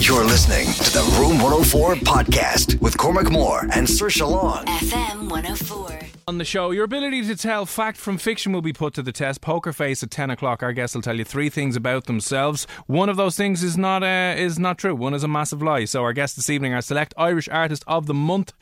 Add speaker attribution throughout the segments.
Speaker 1: You're listening to the Room 104 podcast with Cormac Moore and Sir Long.
Speaker 2: FM 104.
Speaker 3: on the show. Your ability to tell fact from fiction will be put to the test. Poker face at ten o'clock. Our guests will tell you three things about themselves. One of those things is not uh, is not true. One is a massive lie. So our guests this evening are select Irish artist of the month,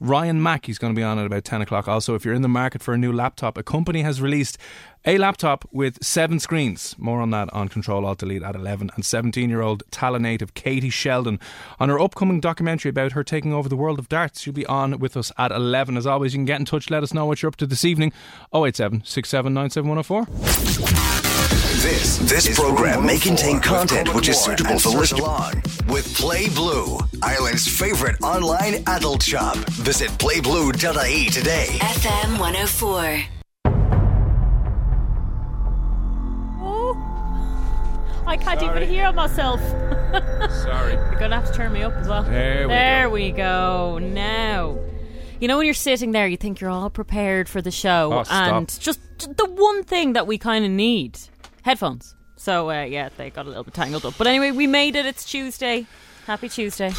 Speaker 3: Ryan Mack. He's going to be on at about ten o'clock. Also, if you're in the market for a new laptop, a company has released a laptop with seven screens. More on that on Control Alt Delete at 11. And 17 year old Tala native Katie Sheldon on her upcoming documentary about her taking over the world of darts. She'll be on with us at 11. As always, you can get in touch. Let us know what you're up to this evening. 087 679 7104.
Speaker 1: This this program may contain content which is suitable for listeners. With Play Blue, Ireland's favorite online adult shop. Visit playblue.ie E today.
Speaker 2: FM 104.
Speaker 4: Oh, I can't
Speaker 3: Sorry.
Speaker 4: even hear myself.
Speaker 3: Sorry.
Speaker 4: You're gonna have to turn me up as well.
Speaker 3: There we go.
Speaker 4: we go. Now, you know when you're sitting there, you think you're all prepared for the show,
Speaker 3: Oh, stop.
Speaker 4: and just j- the one thing that we kind of need: headphones. So uh, yeah, they got a little bit tangled up. But anyway, we made it. It's Tuesday. Happy Tuesday.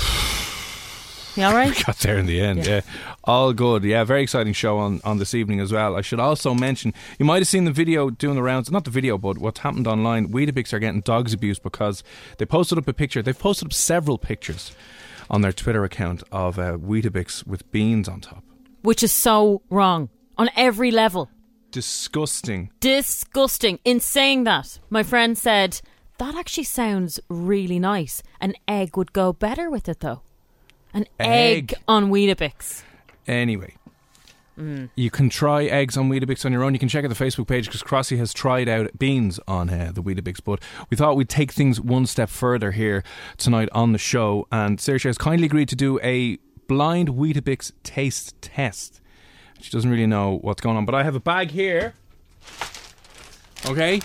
Speaker 4: You all right?
Speaker 3: got there in the end. Yeah. all good. Yeah, very exciting show on, on this evening as well. I should also mention you might have seen the video doing the rounds. Not the video, but what's happened online. Weedabix are getting dogs abused because they posted up a picture. They've posted up several pictures on their Twitter account of uh, Weetabix with beans on top.
Speaker 4: Which is so wrong on every level.
Speaker 3: Disgusting.
Speaker 4: disgusting. In saying that, my friend said, that actually sounds really nice. An egg would go better with it, though. An
Speaker 3: Egg.
Speaker 4: egg, on Weetabix.
Speaker 3: Anyway. You can try eggs on Weetabix on your own. You can check out the Facebook page because Crossy has tried out beans on uh, the Weetabix. But we thought we'd take things one step further here tonight on the show. And Saoirse has kindly agreed to do a blind Weetabix taste test. She doesn't really know what's going on, but I have a bag here. Okay?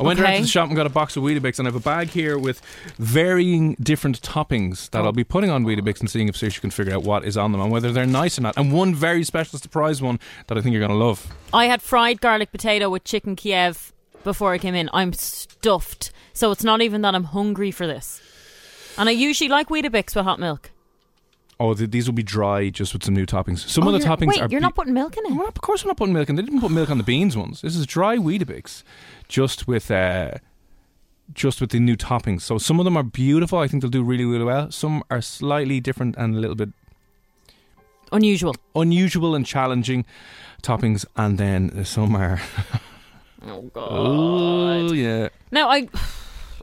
Speaker 3: I went around
Speaker 4: Okay.
Speaker 3: to the shop and got a box of Weetabix, and I have a bag here with varying different toppings that I'll be putting on Weetabix and seeing if Saoirse can figure out what is on them and whether they're nice or not. And one very special surprise one that I think you're going to love.
Speaker 4: I had fried garlic potato with chicken Kiev before I came in. I'm stuffed. So it's not even that I'm hungry for this. And I usually like Weetabix with hot milk.
Speaker 3: Oh, th- these will be dry just with some new toppings. Some
Speaker 4: Oh,
Speaker 3: of the
Speaker 4: you're-
Speaker 3: toppings
Speaker 4: wait,
Speaker 3: are.
Speaker 4: you're not putting milk in it?
Speaker 3: Well, of course, we're not putting milk in. They didn't put milk on the beans ones. This is dry Weetabix, just with uh, just with the new toppings. So some of them are beautiful. I think they'll do really, really well. Some are slightly different and a little bit
Speaker 4: Unusual.
Speaker 3: unusual and challenging toppings. And then some are.
Speaker 4: Oh, God.
Speaker 3: Oh yeah.
Speaker 4: Now I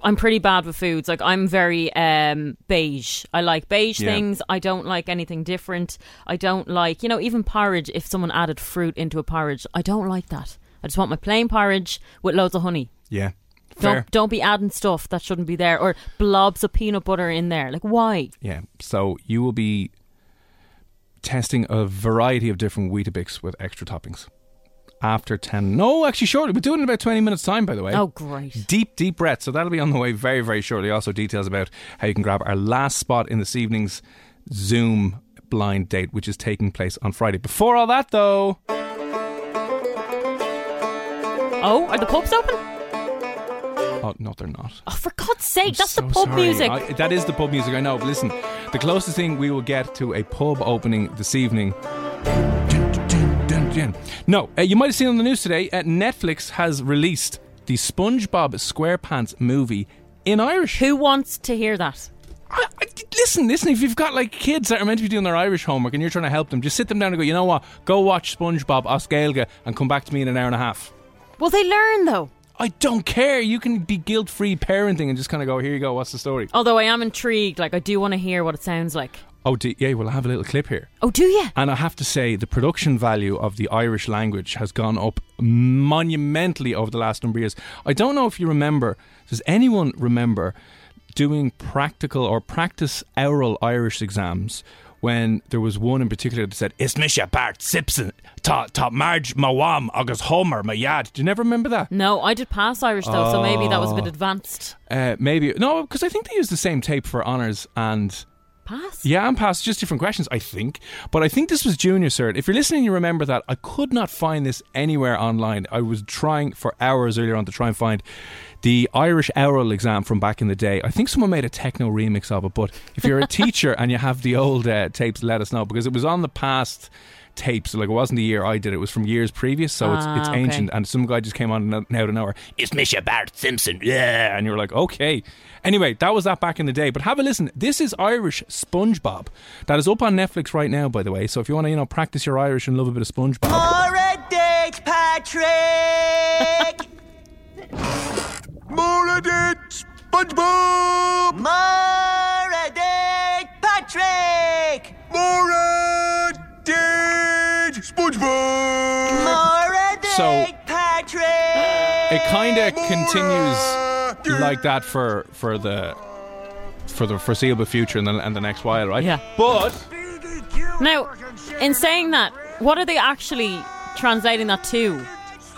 Speaker 4: I'm pretty bad with foods. Like I'm very um beige. I like beige
Speaker 3: Yeah.
Speaker 4: things. I don't like anything different. I don't like, you know, even porridge if someone added fruit into a porridge, I don't like that. I just want my plain porridge with loads of honey.
Speaker 3: Yeah. Fair.
Speaker 4: Don't don't be adding stuff that shouldn't be there or blobs of peanut butter in there. Like why?
Speaker 3: Yeah. So you will be testing a variety of different Weetabix with extra toppings. After 10. No, actually, shortly. We're doing it in about 20 minutes' time, by the way.
Speaker 4: Oh great.
Speaker 3: Deep, deep breath. So that'll be on the way very, very shortly. Also, details about how you can grab our last spot in this evening's Zoom blind date, which is taking place on Friday. Before all that, though,
Speaker 4: Oh, are the pubs open?
Speaker 3: oh no, they're not.
Speaker 4: Oh for God's sake,
Speaker 3: I'm
Speaker 4: that's
Speaker 3: so
Speaker 4: the pub
Speaker 3: sorry.
Speaker 4: music.
Speaker 3: I- that is the pub music. I know. But listen, the closest thing we will get to a pub opening this evening. Dun, dun, dun, dun, dun. No, uh, you might have seen on the news today. Uh, Netflix has released the SpongeBob SquarePants movie in Irish.
Speaker 4: Who wants to hear that?
Speaker 3: I, I, listen, listen. If you've got like kids that are meant to be doing their Irish homework and you're trying to help them, just sit them down and go. You know what? Go watch SpongeBob Osgailga and come back to me in an hour and a half.
Speaker 4: Well, they learn though.
Speaker 3: I don't care. You can be guilt-free parenting and just kind of go. Here you go. What's the story?
Speaker 4: Although I am intrigued. Like I do want to hear what it sounds like.
Speaker 3: Oh, d- yeah. Well, I have a little clip here.
Speaker 4: Oh, do you?
Speaker 3: And I have to say, the production value of the Irish language has gone up monumentally over the last number of years. I don't know if you remember, does anyone remember doing practical or practice oral Irish exams when there was one in particular that said, It's Misha Bart Simpson, Ta Ta Marge, Ma Wam, August Homer, Ma Yad. Do you never remember that?
Speaker 4: No, I did pass Irish though, so maybe that was
Speaker 3: Oh.
Speaker 4: a bit advanced.
Speaker 3: Uh, maybe. No, because I think they used the same tape for honours and.
Speaker 4: Pass.
Speaker 3: Yeah, and past just different questions, I think. But I think this was junior cert. If you're listening, you remember that. I could not find this anywhere online. I was trying for hours earlier on to try and find the Irish oral exam from back in the day. I think someone made a techno remix of it. But if you're a teacher and you have the old uh, tapes, let us know because it was on the past tapes. Like it wasn't the year I did it; it was from years previous, so it's
Speaker 4: Ah,
Speaker 3: it's
Speaker 4: okay.
Speaker 3: ancient. And some guy just came on and out an hour. It's Misha Bart Simpson, yeah. And you were like, okay. Anyway, that was that back in the day. But have a listen. This is Irish SpongeBob. That is up on Netflix right now, by the way. So if you want to, you know, practice your Irish and love a bit of SpongeBob.
Speaker 5: More a date, Patrick!
Speaker 1: More SpongeBob!
Speaker 5: More a date, Patrick!
Speaker 1: More SpongeBob!
Speaker 5: More a date,
Speaker 3: So-
Speaker 5: Patrick!
Speaker 3: It kind of continues like that for for the for the foreseeable future and the, and the next while, right?
Speaker 4: Yeah.
Speaker 3: But
Speaker 4: Now, in saying that, what are they actually translating that to?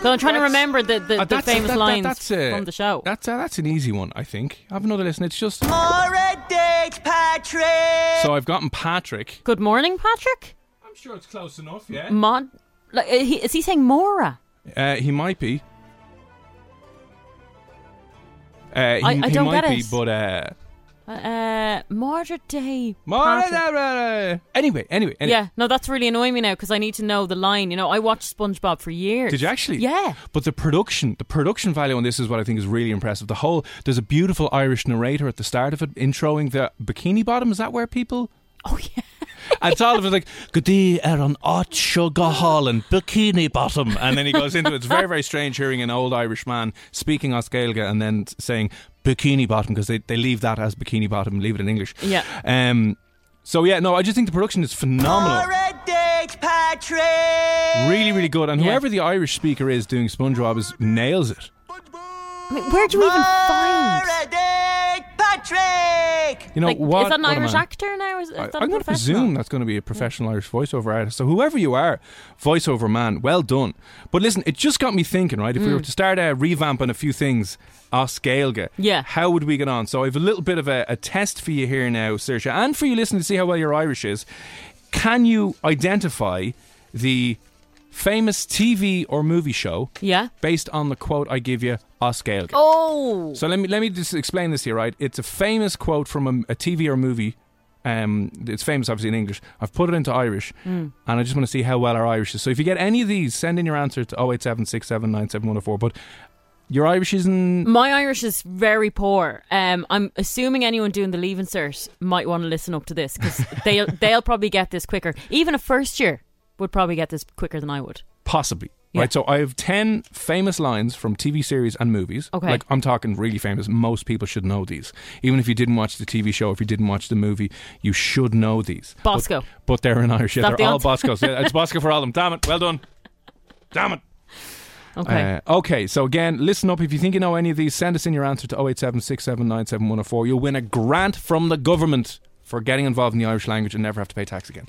Speaker 4: So I'm trying to remember the, the,
Speaker 3: uh,
Speaker 4: the famous lines
Speaker 3: that's a-
Speaker 4: from the show.
Speaker 3: That's uh, that's an easy one, I think. Have another listen. It's just
Speaker 5: More a date, Patrick!
Speaker 3: so I've gotten Patrick.
Speaker 4: Good morning, Patrick.
Speaker 3: I'm sure it's close enough. Yeah.
Speaker 4: Mod, like, uh, he, is he saying Mora?
Speaker 3: Uh, he might be. Uh, he,
Speaker 4: I
Speaker 3: he
Speaker 4: don't
Speaker 3: might
Speaker 4: get
Speaker 3: be,
Speaker 4: it.
Speaker 3: but uh,
Speaker 4: Uh, Mordred Day.
Speaker 3: Mara-
Speaker 4: Patrick.
Speaker 3: anyway, anyway, anyway.
Speaker 4: Yeah, no, that's really annoying me now because I need to know the line. You know, I watched SpongeBob for years.
Speaker 3: Did you actually?
Speaker 4: Yeah.
Speaker 3: But the production, the production value on this is what I think is really impressive. The whole there's a beautiful Irish narrator at the start of it, introing the bikini bottom. Is that where people?
Speaker 4: Oh yeah.
Speaker 3: And it's all of it like good day, Aaron Hall and bikini bottom, and then he goes into it. it's very very strange hearing an old Irish man speaking Oscailga and then saying bikini bottom because they, they leave that as bikini bottom and leave it in English.
Speaker 4: Yeah.
Speaker 3: Um. So yeah, no, I just think the production is phenomenal.
Speaker 5: More a date, Patrick!
Speaker 3: Really, really good. And
Speaker 4: Yeah.
Speaker 3: whoever the Irish speaker is doing SpongeBob is nails it.
Speaker 4: I mean, where do we even
Speaker 5: More
Speaker 4: find?
Speaker 5: a date, Patrick!
Speaker 3: You know
Speaker 4: Like,
Speaker 3: what?
Speaker 4: is that an
Speaker 3: what a
Speaker 4: Irish
Speaker 3: man.
Speaker 4: actor now? Is, is
Speaker 3: I,
Speaker 4: that a
Speaker 3: I'm going to
Speaker 4: professional?
Speaker 3: presume that's going to be a professional Irish voiceover artist. So whoever you are, voiceover man, well done. But listen, it just got me thinking. Right, if
Speaker 4: Mm.
Speaker 3: we were to start uh, revamping a few things, Oscailga,
Speaker 4: Yeah.
Speaker 3: how would we get on? So I have a little bit of a, a test for you here now, Saoirse, and for you listening to see how well your Irish is. Can you identify the famous TV or movie show
Speaker 4: Yeah.
Speaker 3: based on the quote I give you, Oscailga?
Speaker 4: Oh.
Speaker 3: So let me let me just explain this here, right? It's a famous quote from a, a TV or movie. Um, it's famous, obviously, in English. I've put it into Irish, and I just want to see how well our Irish is. So if you get any of these, send in your answer to 087 But your Irish isn't.
Speaker 4: My Irish is very poor. Um, I'm assuming anyone doing the leave insert might want to listen up to this because they'll they'll probably get this quicker. Even a first year would probably get this quicker than I would.
Speaker 3: Possibly.
Speaker 4: Yeah.
Speaker 3: Right, so I have 10 famous lines from TV series and movies.
Speaker 4: Okay.
Speaker 3: Like, I'm talking really famous. Most people should know these. Even if you didn't watch the TV show, if you didn't watch the movie, you should know these. But-
Speaker 4: Bosco.
Speaker 3: But, they're in Irish. Yeah,
Speaker 4: that
Speaker 3: they're all
Speaker 4: the answer?
Speaker 3: Boscos. Yeah, it's Bosco for all of them. Damn it. Well done. Damn it.
Speaker 4: Okay.
Speaker 3: Uh, okay, so again, listen up. If you think you know any of these, send us in your answer to 087 679 oh You'll win a grant from the government for getting involved in the Irish language and never have to pay tax again.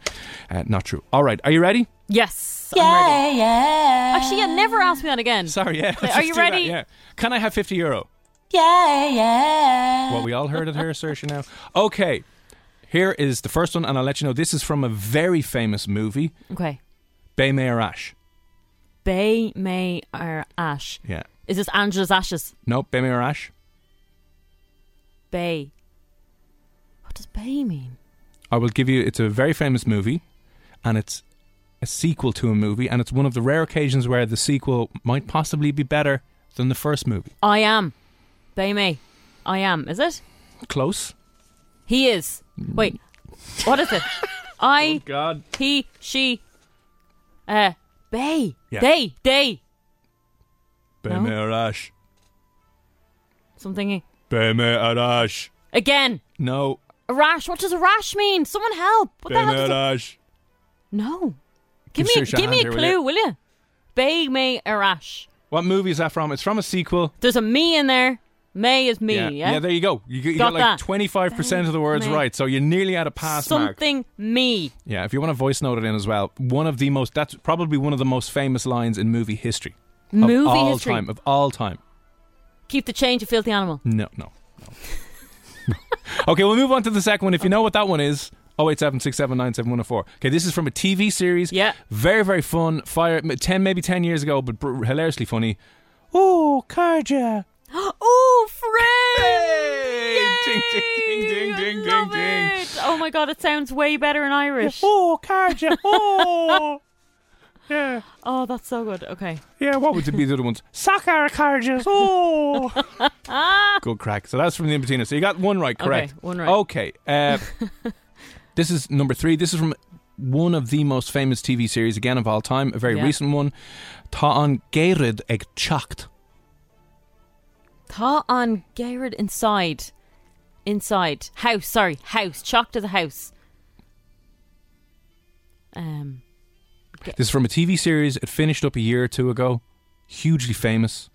Speaker 3: Uh, not true. All right, are you ready?
Speaker 4: yes. Yeah, yeah. Actually, yeah, never ask me that again.
Speaker 3: Sorry, yeah.
Speaker 4: Are
Speaker 3: Just
Speaker 4: you
Speaker 3: do that,
Speaker 4: ready?
Speaker 3: yeah. Can I have 50 euro? Yeah, yeah. Well, we all heard it here, Saoirse, now. Okay, here is the first one, and I'll let you know this is from a very famous movie,
Speaker 4: Okay.
Speaker 3: Bay Mayor Ash.
Speaker 4: Bay, May, or Ash.
Speaker 3: Yeah.
Speaker 4: Is this Angela's Ashes?
Speaker 3: No, Bay Mayor Ash.
Speaker 4: Bay. What does Bay mean?
Speaker 3: I will give you. It's a very famous movie, and it's a sequel to a movie, and it's one of the rare occasions where the sequel might possibly be better than the first movie.
Speaker 4: I am. Bay, May. I am, is it?
Speaker 3: Close.
Speaker 4: He is.
Speaker 3: Mm.
Speaker 4: Wait, what is it? I,
Speaker 3: God.
Speaker 4: he, she, uh, they,
Speaker 3: Yeah.
Speaker 4: they, they,
Speaker 3: Beme
Speaker 4: No.
Speaker 3: Arash.
Speaker 4: something.
Speaker 3: Beme Arash.
Speaker 4: Again,
Speaker 3: No.
Speaker 4: a rash. What does a rash mean? Someone help! What the hell?
Speaker 3: Beme
Speaker 4: Does a-
Speaker 3: Arash.
Speaker 4: no, give me,
Speaker 3: Give
Speaker 4: a-
Speaker 3: Saoirse
Speaker 4: give me a
Speaker 3: Hunter, will
Speaker 4: clue,
Speaker 3: you?
Speaker 4: will you? Bay may a rash.
Speaker 3: What movie is that from? It's from a sequel.
Speaker 4: There's a me in there. May is me. Yeah.
Speaker 3: there you go. You, you
Speaker 4: Got
Speaker 3: got, like
Speaker 4: that.
Speaker 3: 25% of the words
Speaker 4: Beme.
Speaker 3: right, so you're nearly at a pass mark.
Speaker 4: Something me.
Speaker 3: Yeah, if you want to voice note it in as well, one of the most, that's probably one of the most famous lines in movie history. Of
Speaker 4: Movie
Speaker 3: all
Speaker 4: history.
Speaker 3: time. Of all time.
Speaker 4: Keep the change, you filthy animal.
Speaker 3: No, no, no. okay, we'll move on to the second one. If you know what that one is, 087 Okay, this is from a TV series.
Speaker 4: Yeah.
Speaker 3: Very, very fun. Fire, m- 10, maybe 10 years ago, but br- hilariously funny. Oh, Karja.
Speaker 4: Oh, friend!
Speaker 3: Hey! Ding, ding, ding, ding,
Speaker 4: I
Speaker 3: ding,
Speaker 4: love
Speaker 3: ding, ding.
Speaker 4: it. Oh my god, it sounds way better in Irish.
Speaker 3: Oh, Karja. Oh. yeah.
Speaker 4: Oh, that's so good. Okay.
Speaker 3: Yeah, what would be the other ones? Soccer carriages. Oh, good crack. So that's from the Impatina. So you got one right, correct?
Speaker 4: Okay, one right.
Speaker 3: Okay. Uh, this is number three. This is from one of the most famous TV series again of all time, a very
Speaker 4: Yeah.
Speaker 3: recent one. Táan Geirid ag Chacht.
Speaker 4: Tá on Gerard inside. Inside. House, sorry, house. Chalk to the house. Um
Speaker 3: This is from a TV series. It finished up a year or two ago. Hugely famous.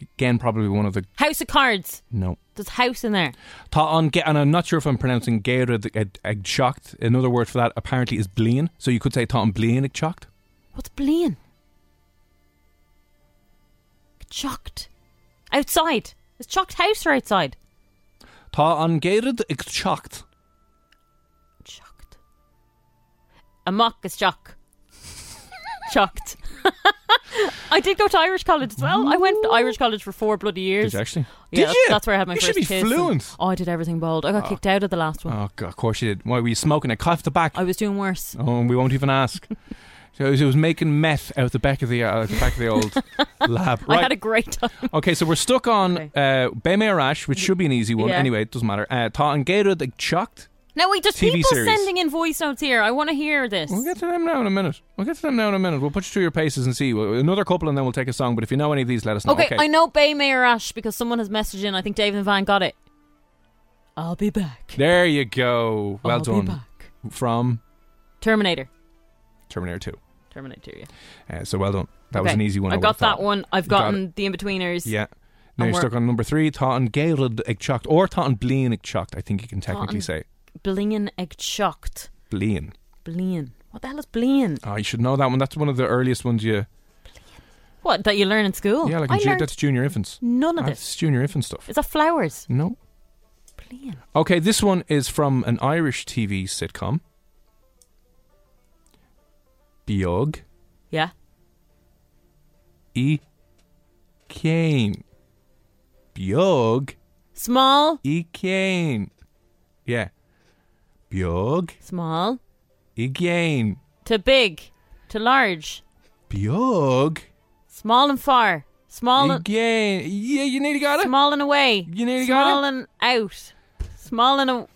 Speaker 3: Again, probably one of the
Speaker 4: House of Cards.
Speaker 3: no.
Speaker 4: There's house in there.
Speaker 3: Táan Ge- and I'm not sure if I'm pronouncing Geirid ag, ag Chacht. Another word for that apparently is Blian. So you could say Táan Blian ag Chacht.
Speaker 4: What's bleeing? Chucked. Outside. Is chucked house or outside?
Speaker 3: Tá an géad ag techt.
Speaker 4: Chucked. A mock is chuck. chucked. I did go to Irish college as well. I went to Irish college for four bloody years.
Speaker 3: actually?
Speaker 4: Yeah,
Speaker 3: Did
Speaker 4: that's,
Speaker 3: you?
Speaker 4: that's where I had my
Speaker 3: You
Speaker 4: first
Speaker 3: should be
Speaker 4: kiss and-
Speaker 3: fluent.
Speaker 4: oh, I did everything bold. I got kicked out of the last one.
Speaker 3: Oh, God, of course you did. Why were you smoking? I coughed the back.
Speaker 4: I was doing worse.
Speaker 3: Oh, we won't even ask. So it was, it was making meth out the back of the uh, out the back of the old lab.
Speaker 4: I had
Speaker 3: Right.
Speaker 4: a great time.
Speaker 3: okay, so we're stuck on
Speaker 4: Okay.
Speaker 3: uh, Beme Arash, which should be an easy one.
Speaker 4: Yeah.
Speaker 3: Anyway, it doesn't matter. Uh, Tá an géad ag techt.
Speaker 4: Now wait, there's
Speaker 3: TV
Speaker 4: people
Speaker 3: series.
Speaker 4: sending in voice notes here. I want to hear this.
Speaker 3: We'll get to them now in a minute. We'll get to them now in a minute. We'll put you through your paces and see. Well, Another couple, and then we'll take a song. But if you know any of these, let us know.
Speaker 4: Okay, I know Bay Mayor Ash because someone has messaged in. I think David and Van got it. I'll be back.
Speaker 3: There you go. Well
Speaker 4: I'll
Speaker 3: done.
Speaker 4: Be back.
Speaker 3: From
Speaker 4: Terminator.
Speaker 3: Terminator 2.
Speaker 4: Terminator, yeah.
Speaker 3: Uh, so well done. That was
Speaker 4: Okay.
Speaker 3: an easy one. I
Speaker 4: I've
Speaker 3: would
Speaker 4: got
Speaker 3: have thought.
Speaker 4: that one. I've
Speaker 3: You got
Speaker 4: gotten the in betweeners.
Speaker 3: Yeah. Now
Speaker 4: And
Speaker 3: you're
Speaker 4: we're-
Speaker 3: stuck on number three, Táan Gaelad ag Chocht, or Táan Blian ag Chocht, I think you can technically
Speaker 4: Táan-
Speaker 3: say.
Speaker 4: Blingin' egg shocked.
Speaker 3: Blian.
Speaker 4: Blingin'. What the hell is blingin'?
Speaker 3: Oh, you should know that one. That's one of the earliest ones you.
Speaker 4: What, that you learn in school?
Speaker 3: Yeah, like
Speaker 4: Oh, I
Speaker 3: in ju-
Speaker 4: learned
Speaker 3: that's junior infants.
Speaker 4: none of this.
Speaker 3: That's junior infant stuff.
Speaker 4: Is that flowers?
Speaker 3: No.
Speaker 4: Blingin'.
Speaker 3: Okay, this one is from an Irish TV sitcom. Biog
Speaker 4: Yeah.
Speaker 3: e Kane. Biog
Speaker 4: Small.
Speaker 3: e Kane. Yeah. Biog
Speaker 4: Small.
Speaker 3: e Kane.
Speaker 4: To big. To large.
Speaker 3: Bjorg E.
Speaker 4: Small and far. Small and,
Speaker 3: again. Yeah, you nearly got it.
Speaker 4: small and away.
Speaker 3: eh. You nearly got
Speaker 4: small
Speaker 3: it?
Speaker 4: and out. Small and a-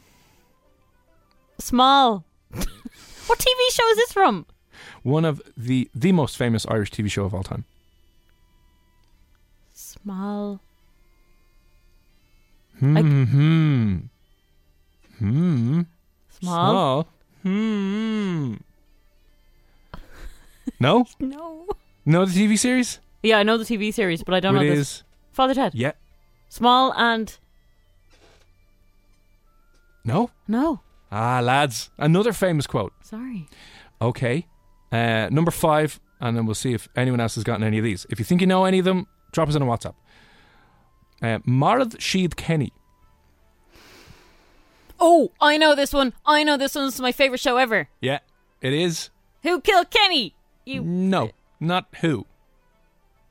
Speaker 4: small. what TV show is this from?
Speaker 3: One of the the most famous Irish TV show of all time.
Speaker 4: Small.
Speaker 3: Hmm. Hmm.
Speaker 4: Small.
Speaker 3: Hmm. no,
Speaker 4: No.
Speaker 3: no, the TV series.
Speaker 4: Yeah, I know the TV series, but I don't
Speaker 3: It
Speaker 4: know this.
Speaker 3: is-
Speaker 4: Father Ted.
Speaker 3: Yeah.
Speaker 4: Small and
Speaker 3: No.
Speaker 4: no.
Speaker 3: Ah, lads, another famous quote.
Speaker 4: Sorry.
Speaker 3: Okay. Uh, number five, and then we'll see if anyone else has gotten any of these. If you think you know any of them, drop us on a WhatsApp. Uh, Marad Sheed Kenny.
Speaker 4: Oh, I know this one. I know this one. This is my favorite show ever.
Speaker 3: Yeah, it is.
Speaker 4: Who
Speaker 3: Mm.
Speaker 4: killed Kenny? You.
Speaker 3: No, not who.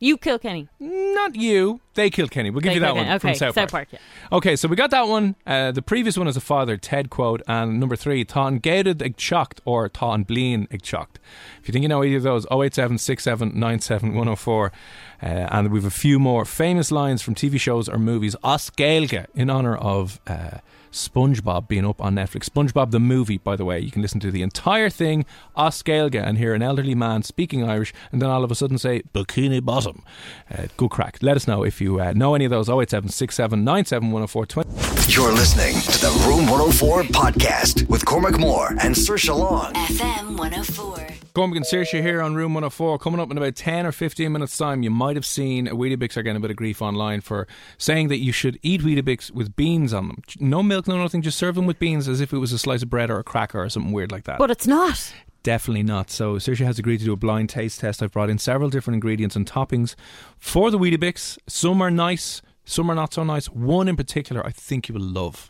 Speaker 4: You kill Kenny.
Speaker 3: Not you. They Kill Kenny. We'll give
Speaker 4: They
Speaker 3: you that
Speaker 4: Kill
Speaker 3: one
Speaker 4: Kenny.
Speaker 3: from
Speaker 4: Okay,
Speaker 3: South Park.
Speaker 4: South Park, yeah.
Speaker 3: Okay, so we got that one. Uh, the previous one is a father Ted quote, and number three, Ton Gated Ig Chocked or Ton Bleen Ig Chocked. If you think you know either of those, 087 67 97 104. Uh, and we've a few more famous lines from TV shows or movies. Os Gaelge, in honor of uh, SpongeBob being up on Netflix. SpongeBob the movie, by the way. You can listen to the entire thing, Os Gaelge, and hear an elderly man speaking Irish, and then all of a sudden say, Bikini Bottom. Uh, good crack. Let us know if you uh, know any of those, 087 67 97 104 20.
Speaker 1: You're listening to the Room 104 podcast with Cormac Moore and Sir Long.
Speaker 2: FM 104.
Speaker 3: Cormac and Saoirse here on Room 104. Coming up in about 10 or 15 minutes' time, you might have seen Weetabix are getting a bit of grief online for saying that you should eat Weetabix with beans on them. No milk, no nothing, just serve them with beans as if it was a slice of bread or a cracker or something weird like that.
Speaker 4: But it's not.
Speaker 3: Definitely not. So Saoirse has agreed to do a blind taste test. I've brought in several different ingredients and toppings for the Weetabix. Some are nice, some are not so nice. One in particular I think you will love.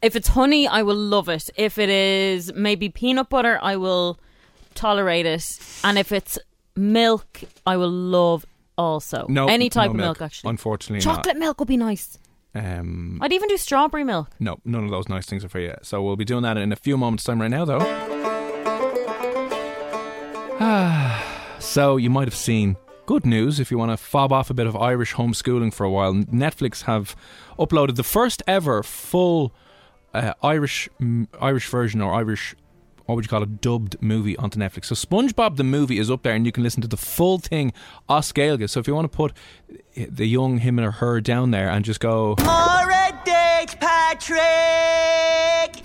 Speaker 4: If it's honey, I will love it. If it is maybe peanut butter, I will tolerate it. And if it's milk, I will love also.
Speaker 3: No,
Speaker 4: any type
Speaker 3: no
Speaker 4: of milk, actually.
Speaker 3: Unfortunately, not.
Speaker 4: Chocolate milk would be nice.
Speaker 3: Um,
Speaker 4: I'd even do strawberry milk.
Speaker 3: No, none of those nice things are for you. So we'll be doing that in a few moments' time right now, though. Ah, so you might have seen good news if you want to fob off a bit of Irish homeschooling for a while. Netflix have uploaded the first ever full uh, Irish mm, Irish version or Irish what would you call it dubbed movie onto Netflix. So SpongeBob the movie is up there and you can listen to the full thing Os Gaeilge. So if you want to put the young him or her down there and just go
Speaker 5: More a date, Patrick.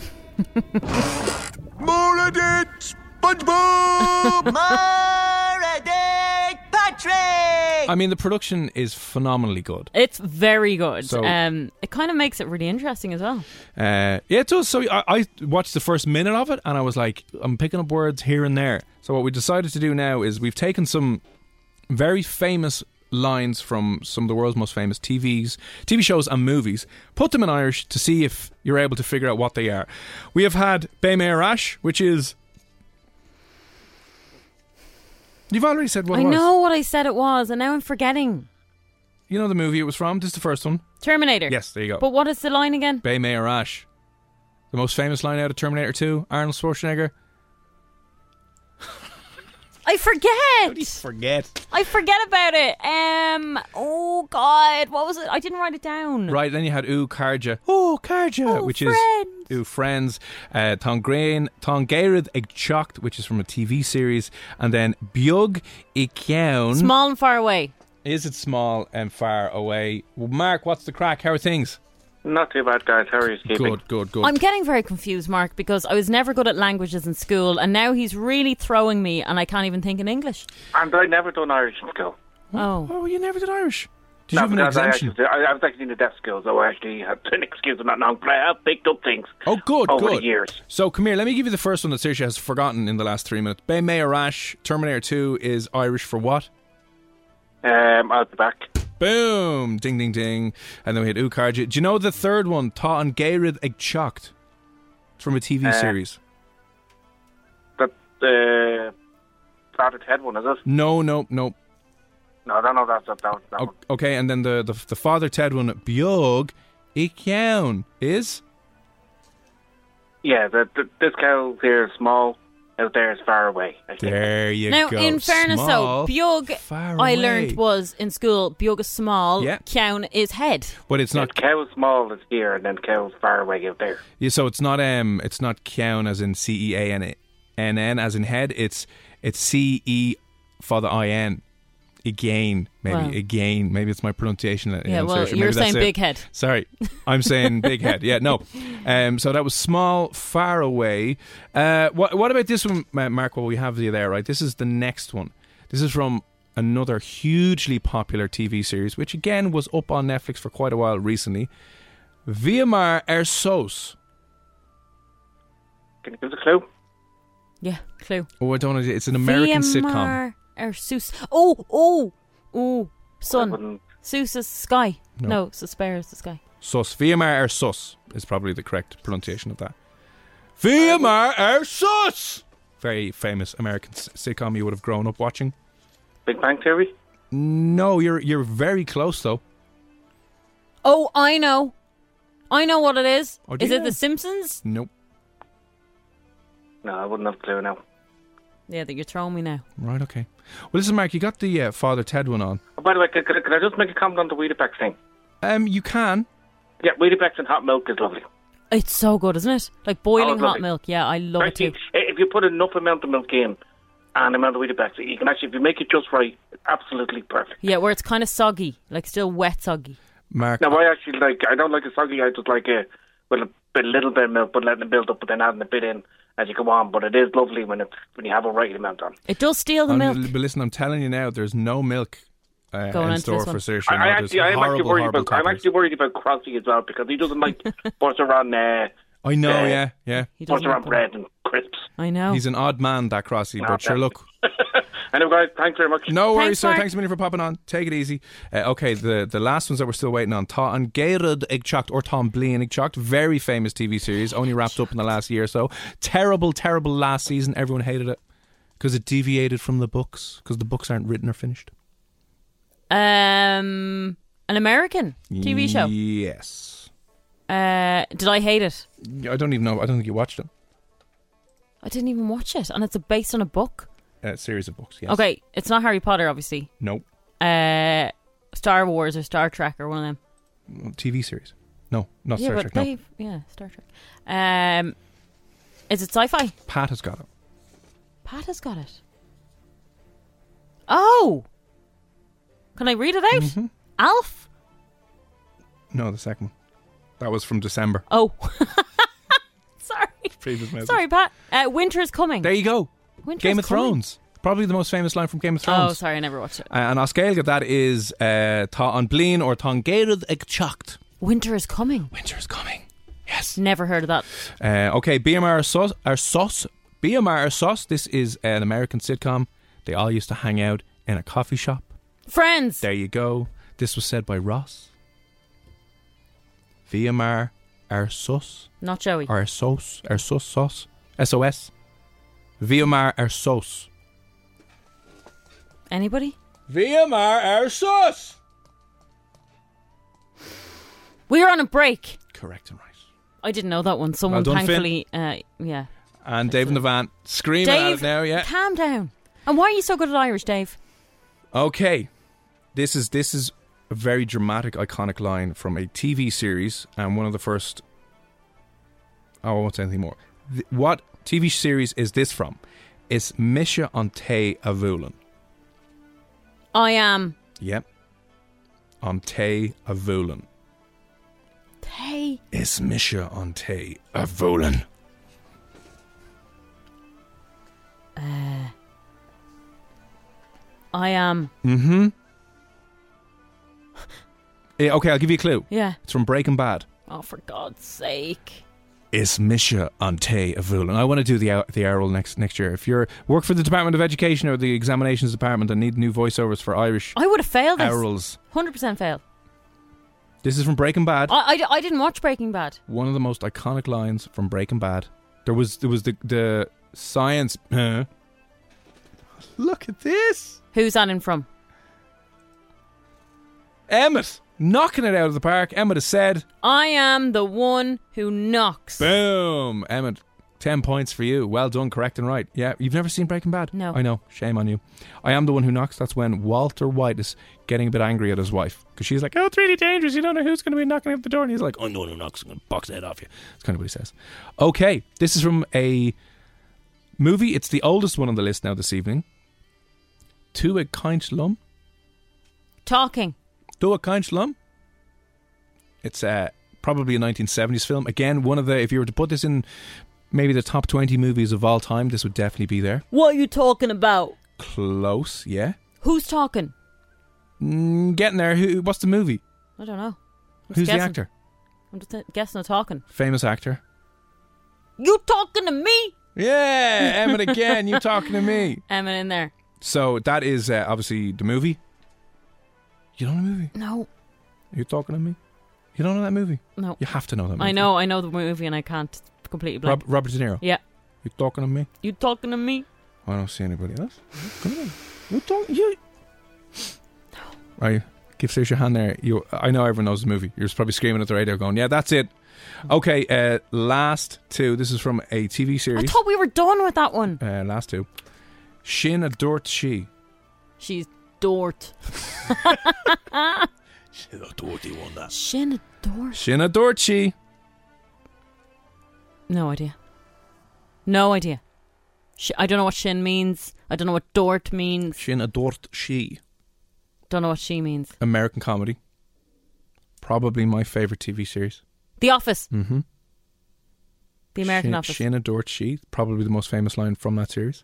Speaker 1: More SpongeBob!
Speaker 5: More a date, Patrick.
Speaker 3: I mean, the production is phenomenally good.
Speaker 4: It's very good.
Speaker 3: So-
Speaker 4: um, it kind of makes it really interesting as well.
Speaker 3: Uh, yeah, it does. So I, I watched the first minute of it and I was like, I'm picking up words here and there. So what we decided to do now is we've taken some very famous lines from some of the world's most famous TVs, TV shows and movies, put them in Irish to see if you're able to figure out what they are. We have had Beime Rash, which is... You've already said what
Speaker 4: I
Speaker 3: it was.
Speaker 4: know what I said it was, and now I'm forgetting.
Speaker 3: You know the movie it was from? This is the first one.
Speaker 4: Terminator.
Speaker 3: Yes, there you go.
Speaker 4: But what is the line again?
Speaker 3: Bay Mayor Ash. The most famous line out of Terminator 2, Arnold Schwarzenegger.
Speaker 4: I forget.
Speaker 3: Forget.
Speaker 4: I forget about it. Um. Oh God, what was it? I didn't write it down.
Speaker 3: Right, then you had Ooh Carja. Ooh Carja,
Speaker 4: Ooh,
Speaker 3: which
Speaker 4: friends.
Speaker 3: is Ooh Friends. Uh, Tongrain, Tongaird Igchocht, which is from a TV series. And then Bjug Ikyaun.
Speaker 4: Small and far away.
Speaker 3: Is it small and far away? Well, Mark, what's the crack? How are things?
Speaker 6: Not too bad, guys. How are you keeping?
Speaker 3: Good, good, good.
Speaker 4: I'm getting very confused, Mark, because I was never good at languages in school, and now he's really throwing me, and I can't even think in English.
Speaker 6: And I never done Irish in school.
Speaker 4: Oh,
Speaker 3: oh, you never did Irish. Did
Speaker 6: No,
Speaker 3: you have an
Speaker 6: because I,
Speaker 3: exemption?
Speaker 6: actually, did- I, I was actually in the deaf school, so I actually had an excuse on that now. But I have picked up things.
Speaker 3: Oh, good,
Speaker 6: over
Speaker 3: good.
Speaker 6: the years.
Speaker 3: So, come here. Let me give you the first one that Saoirse has forgotten in the last three minutes. Bay Mayor Ash, Terminator 2 is Irish for what?
Speaker 6: Um, out the back.
Speaker 3: Boom! Ding, ding, ding. And then we had Ukarja. Do you know the third one? Ta and Geirid Egchocht. It's from a TV
Speaker 6: Uh,
Speaker 3: series.
Speaker 6: That uh, battered head one is it?
Speaker 3: No, no, no.
Speaker 6: No, I don't know. That's that, that, that
Speaker 3: O-
Speaker 6: one.
Speaker 3: okay, and then the, the, the Father Ted one, Bjog Ikyaun, is?
Speaker 6: Yeah, the, the, this cow here is small. Out there is far away. I think.
Speaker 3: There you
Speaker 4: now
Speaker 3: go.
Speaker 4: in fairness,
Speaker 3: Small,
Speaker 4: though, Bjog,
Speaker 3: far
Speaker 4: I
Speaker 3: away.
Speaker 4: learned was in school. Bjog is small.
Speaker 3: Yeah.
Speaker 4: Kjaun is head.
Speaker 3: But it's not.
Speaker 6: Cow small is here, and then cow far away out there.
Speaker 3: Yeah, so it's not um, it's not Keown as in C E A N N N as in head. It's it's C E for the I N. Again, maybe
Speaker 4: Wow.
Speaker 3: again, maybe it's my pronunciation. in
Speaker 4: Yeah, well,
Speaker 3: insertion.
Speaker 4: you're
Speaker 3: Maybe that's
Speaker 4: saying
Speaker 3: it.
Speaker 4: big head.
Speaker 3: Sorry, I'm saying big head. Yeah, no. Um, so that was small, far away. Uh, what what about this one, Ma- Mark? What we have you there, right? This is the next one. This is from another hugely popular TV series, which again was up on Netflix for quite a while recently. Viamar Ersos.
Speaker 6: Can you give us a clue?
Speaker 4: Yeah, clue.
Speaker 3: Oh, I don't know. It's an American sitcom.
Speaker 4: VMR Or Seuss. Oh, oh, oh. Sun.
Speaker 6: wouldn't-
Speaker 4: Seuss is sky.
Speaker 3: No.
Speaker 4: No, Suspare is the sky.
Speaker 3: Sus. VMR or sus Er is probably the correct pronunciation of that. VMR or sus. Very famous American s- sitcom you would have grown up watching.
Speaker 6: Big Bang Theory.
Speaker 3: No, you're you're very close though.
Speaker 4: Oh, I know. I know what it is.
Speaker 3: Oh, do
Speaker 4: is
Speaker 3: you
Speaker 4: it
Speaker 3: know?
Speaker 4: The Simpsons?
Speaker 3: Nope.
Speaker 6: No, I wouldn't have a clue now.
Speaker 4: Yeah, that you're throwing me now.
Speaker 3: Right, okay. Well, listen, Mark, you got the uh, Father Ted one on.
Speaker 6: Oh, by the way, could, could, I- could I just make a comment on the Weetabix thing?
Speaker 3: Um, you can.
Speaker 6: Yeah, Weetabix and hot milk is lovely.
Speaker 4: It's so good, isn't it? Like boiling hot
Speaker 6: Oh, lovely.
Speaker 4: milk. Yeah, I love it
Speaker 6: Actually,
Speaker 4: too.
Speaker 6: i- If you put enough amount of milk in and amount of Weetabix, you can actually, if you make it just right, it's absolutely perfect.
Speaker 4: Yeah, where it's kind of soggy, like still wet soggy.
Speaker 3: Mark.
Speaker 6: Now, I actually like, I don't like a soggy, I just like a, with a bit, little bit of milk, but letting it build up, but then adding a bit in as you go on. But it is lovely when, it's, when you have a right amount on.
Speaker 4: It does steal the
Speaker 3: I'm-
Speaker 4: milk.
Speaker 3: But listen, I'm telling you now, there's no milk uh,
Speaker 4: Going
Speaker 3: in
Speaker 4: onto
Speaker 3: store
Speaker 4: this
Speaker 3: for
Speaker 4: one.
Speaker 3: Saoirse.
Speaker 6: I, I
Speaker 3: Ronan.
Speaker 6: actually,
Speaker 3: There's
Speaker 6: I'm
Speaker 3: horrible,
Speaker 6: actually worried
Speaker 3: horrible
Speaker 6: about, I'm
Speaker 3: toppers.
Speaker 6: actually worried about Crosby as well because he doesn't like butter on, uh,
Speaker 3: I know,
Speaker 6: uh,
Speaker 3: yeah, yeah.
Speaker 4: He doesn't
Speaker 6: butter on
Speaker 4: like them.
Speaker 6: bread and crisps.
Speaker 4: I know.
Speaker 3: He's an odd man, that Crossy, but sure, look.
Speaker 6: Anyway, guys, thanks very much.
Speaker 3: No worries,
Speaker 4: Thanks,
Speaker 3: sir.
Speaker 4: Mark.
Speaker 3: Thanks a million for popping on. Take it easy. Uh, okay, the, the last ones that we're still waiting on. Tá an Geirad Igchocht or Tom Blean Igchocht. Very famous TV series, only wrapped up in the last year or so. Terrible, terrible last season. Everyone hated it because it deviated from the books because the books aren't written or finished.
Speaker 4: um, an American TV show.
Speaker 3: Yes.
Speaker 4: Uh, did I hate it?
Speaker 3: I don't even know. I don't think you watched it.
Speaker 4: I didn't even watch it, and it's based on a book.
Speaker 3: Uh, series of books, yes.
Speaker 4: Okay, it's not Harry Potter, obviously.
Speaker 3: Nope.
Speaker 4: Uh, Star Wars or Star Trek or one of them.
Speaker 3: TV series. No, not
Speaker 4: yeah,
Speaker 3: Star
Speaker 4: but
Speaker 3: Trek. No.
Speaker 4: they yeah Star Trek. Um, is it sci-fi?
Speaker 3: Pat has got it.
Speaker 4: Pat has got it. Oh, can I read it out?
Speaker 3: Mm-hmm.
Speaker 4: Alf.
Speaker 3: No, the second one. That was from December.
Speaker 4: Oh, sorry,
Speaker 3: Previous message.
Speaker 4: sorry, Pat. Uh, Winter is coming.
Speaker 3: There you go.
Speaker 4: Winter
Speaker 3: Game
Speaker 4: is
Speaker 3: of
Speaker 4: coming.
Speaker 3: Thrones. Probably the most famous line from Game of Thrones.
Speaker 4: Oh, sorry, I never watched it.
Speaker 3: Uh, and on scale, that is uh, Tá an blin or Tá an geirad ag chocht.
Speaker 4: Winter is coming.
Speaker 3: Winter is coming. Yes.
Speaker 4: Never heard of that.
Speaker 3: Uh, okay, BMR or Sus. Or Sus. BMR or Sus. This is an American sitcom. They all used to hang out in a coffee shop.
Speaker 4: Friends.
Speaker 3: There you go. This was said by Ross. VMR Arsos
Speaker 4: Not Joey.
Speaker 3: Arsos Arsos Sos SOS VMR Arsos
Speaker 4: Anybody?
Speaker 3: VMR Arsos
Speaker 4: We were on a break.
Speaker 3: Correct and right.
Speaker 4: I didn't know that one. Someone
Speaker 3: done, Finn.
Speaker 4: thankfully, uh, yeah.
Speaker 3: And Dave in the van screaming at
Speaker 4: Dave,
Speaker 3: it now, yeah.
Speaker 4: calm down. And why are you so good at Irish, Dave?
Speaker 3: Okay. This is this is a very dramatic iconic line from a TV series and one of the first Oh, I won't say anything more. Th- what TV series is this from? It's Misha on Te Avulan.
Speaker 4: I am.
Speaker 3: Yep. On Te Avulan.
Speaker 4: Hey,
Speaker 3: It's Misha on Te Avulan.
Speaker 4: Uh, I um, am.
Speaker 3: Mm-hmm. okay, I'll give you a clue.
Speaker 4: Yeah.
Speaker 3: It's from Breaking Bad.
Speaker 4: Oh, for God's sake.
Speaker 3: It's Misha on Te Avulan. I want to do the hour- the Owl next next year. If you're work for the Department of Education or the Examinations Department and need new voiceovers for Irish
Speaker 4: I would have failed this.
Speaker 3: Owls.
Speaker 4: 100% failed.
Speaker 3: This is from Breaking Bad.
Speaker 4: I, I, I didn't watch Breaking Bad.
Speaker 3: One of the most iconic lines from Breaking Bad. There was there was the the science. Huh? Look at this.
Speaker 4: Who's that in from?
Speaker 3: Emmett knocking it out of the park. Emmett has said,
Speaker 4: I am the one who knocks.
Speaker 3: "Boom, Emmett, ten points for you. Well done, correct and right. Yeah, you've never seen Breaking Bad.
Speaker 4: No.
Speaker 3: I know. Shame on you. I am the one who knocks. That's when Walter White is getting a bit angry at his wife because she's like, "Oh, it's really dangerous. You don't know who's going to be knocking at the door." And he's like, "Oh, "I'm the one who knocks. I'm going to box the head off you." That's kind of what he says. Okay, this is from a movie. It's the oldest one on the list now this evening. To a kind lum.
Speaker 4: Talking.
Speaker 3: Do a kind slum. It's uh, probably a 1970s film. Again, one of the, if you were to put this in maybe the top 20 movies of all time, this would definitely be there.
Speaker 4: What are you talking about?
Speaker 3: Close, yeah.
Speaker 4: Who's talking?
Speaker 3: Mm, getting there. Who? What's the movie?
Speaker 4: I don't know. I'm just
Speaker 3: Who's the
Speaker 4: guessing.
Speaker 3: actor?
Speaker 4: I'm just uh, guessing they're talking.
Speaker 3: Famous actor.
Speaker 4: You talking to me?
Speaker 3: Yeah, Uh, Emmett again. you talking to me?
Speaker 4: Emma in there.
Speaker 3: So that is uh, obviously the movie. You don't know the movie?
Speaker 4: No,
Speaker 3: Are you talking to me? You don't know that movie?
Speaker 4: no.
Speaker 3: You have to know that movie.
Speaker 4: I know, I know the movie, and I can't completely blank.
Speaker 3: Rob- Robert De Niro.
Speaker 4: yeah,
Speaker 3: You talking to me?
Speaker 4: you talking to me?
Speaker 3: I don't see anybody else. Come on. You don't. You. Are you? Give Saoirse Shahan there. You, I know everyone knows the movie. You're probably screaming at the radio, going, "Yeah, that's it." Okay, uh, last two. This is from a TV
Speaker 4: I
Speaker 3: series.
Speaker 4: thought we were done with that one.
Speaker 3: uh, last two. Shin adort she.
Speaker 4: She's Dort.
Speaker 3: Shin adort won that.
Speaker 4: Shin Dort.
Speaker 3: Shin adort she.
Speaker 4: No idea. No idea. Sh- I don't know what shin means. I don't know what dort means.
Speaker 3: Shin adort she.
Speaker 4: Don't know what she means.
Speaker 3: American comedy. Probably my favorite TV series.
Speaker 4: The Office.
Speaker 3: Mm-hmm.
Speaker 4: The American
Speaker 3: Shin,
Speaker 4: Office.
Speaker 3: Shin adort she. Probably the most famous line from that series.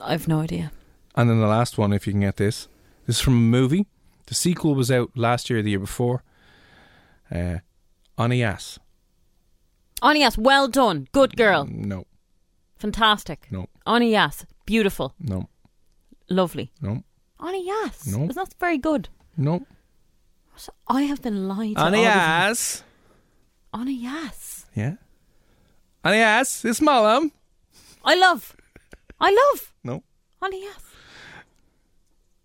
Speaker 4: I've no idea.
Speaker 3: And then the last one, if you can get this, this is from a movie. The sequel was out last year, the year before. Uh, on a ass.
Speaker 4: Onias, well done. Good girl.
Speaker 3: No,
Speaker 4: Fantastic.
Speaker 3: no,
Speaker 4: Onias, beautiful.
Speaker 3: no,
Speaker 4: Lovely.
Speaker 3: no,
Speaker 4: Onias.
Speaker 3: No.
Speaker 4: That's very good.
Speaker 3: no.
Speaker 4: So I have been lied to.
Speaker 3: On a ass.
Speaker 4: Onias.
Speaker 3: Yeah. On a ass. It's Malam.
Speaker 4: I love. I love.
Speaker 3: No.
Speaker 4: Onias.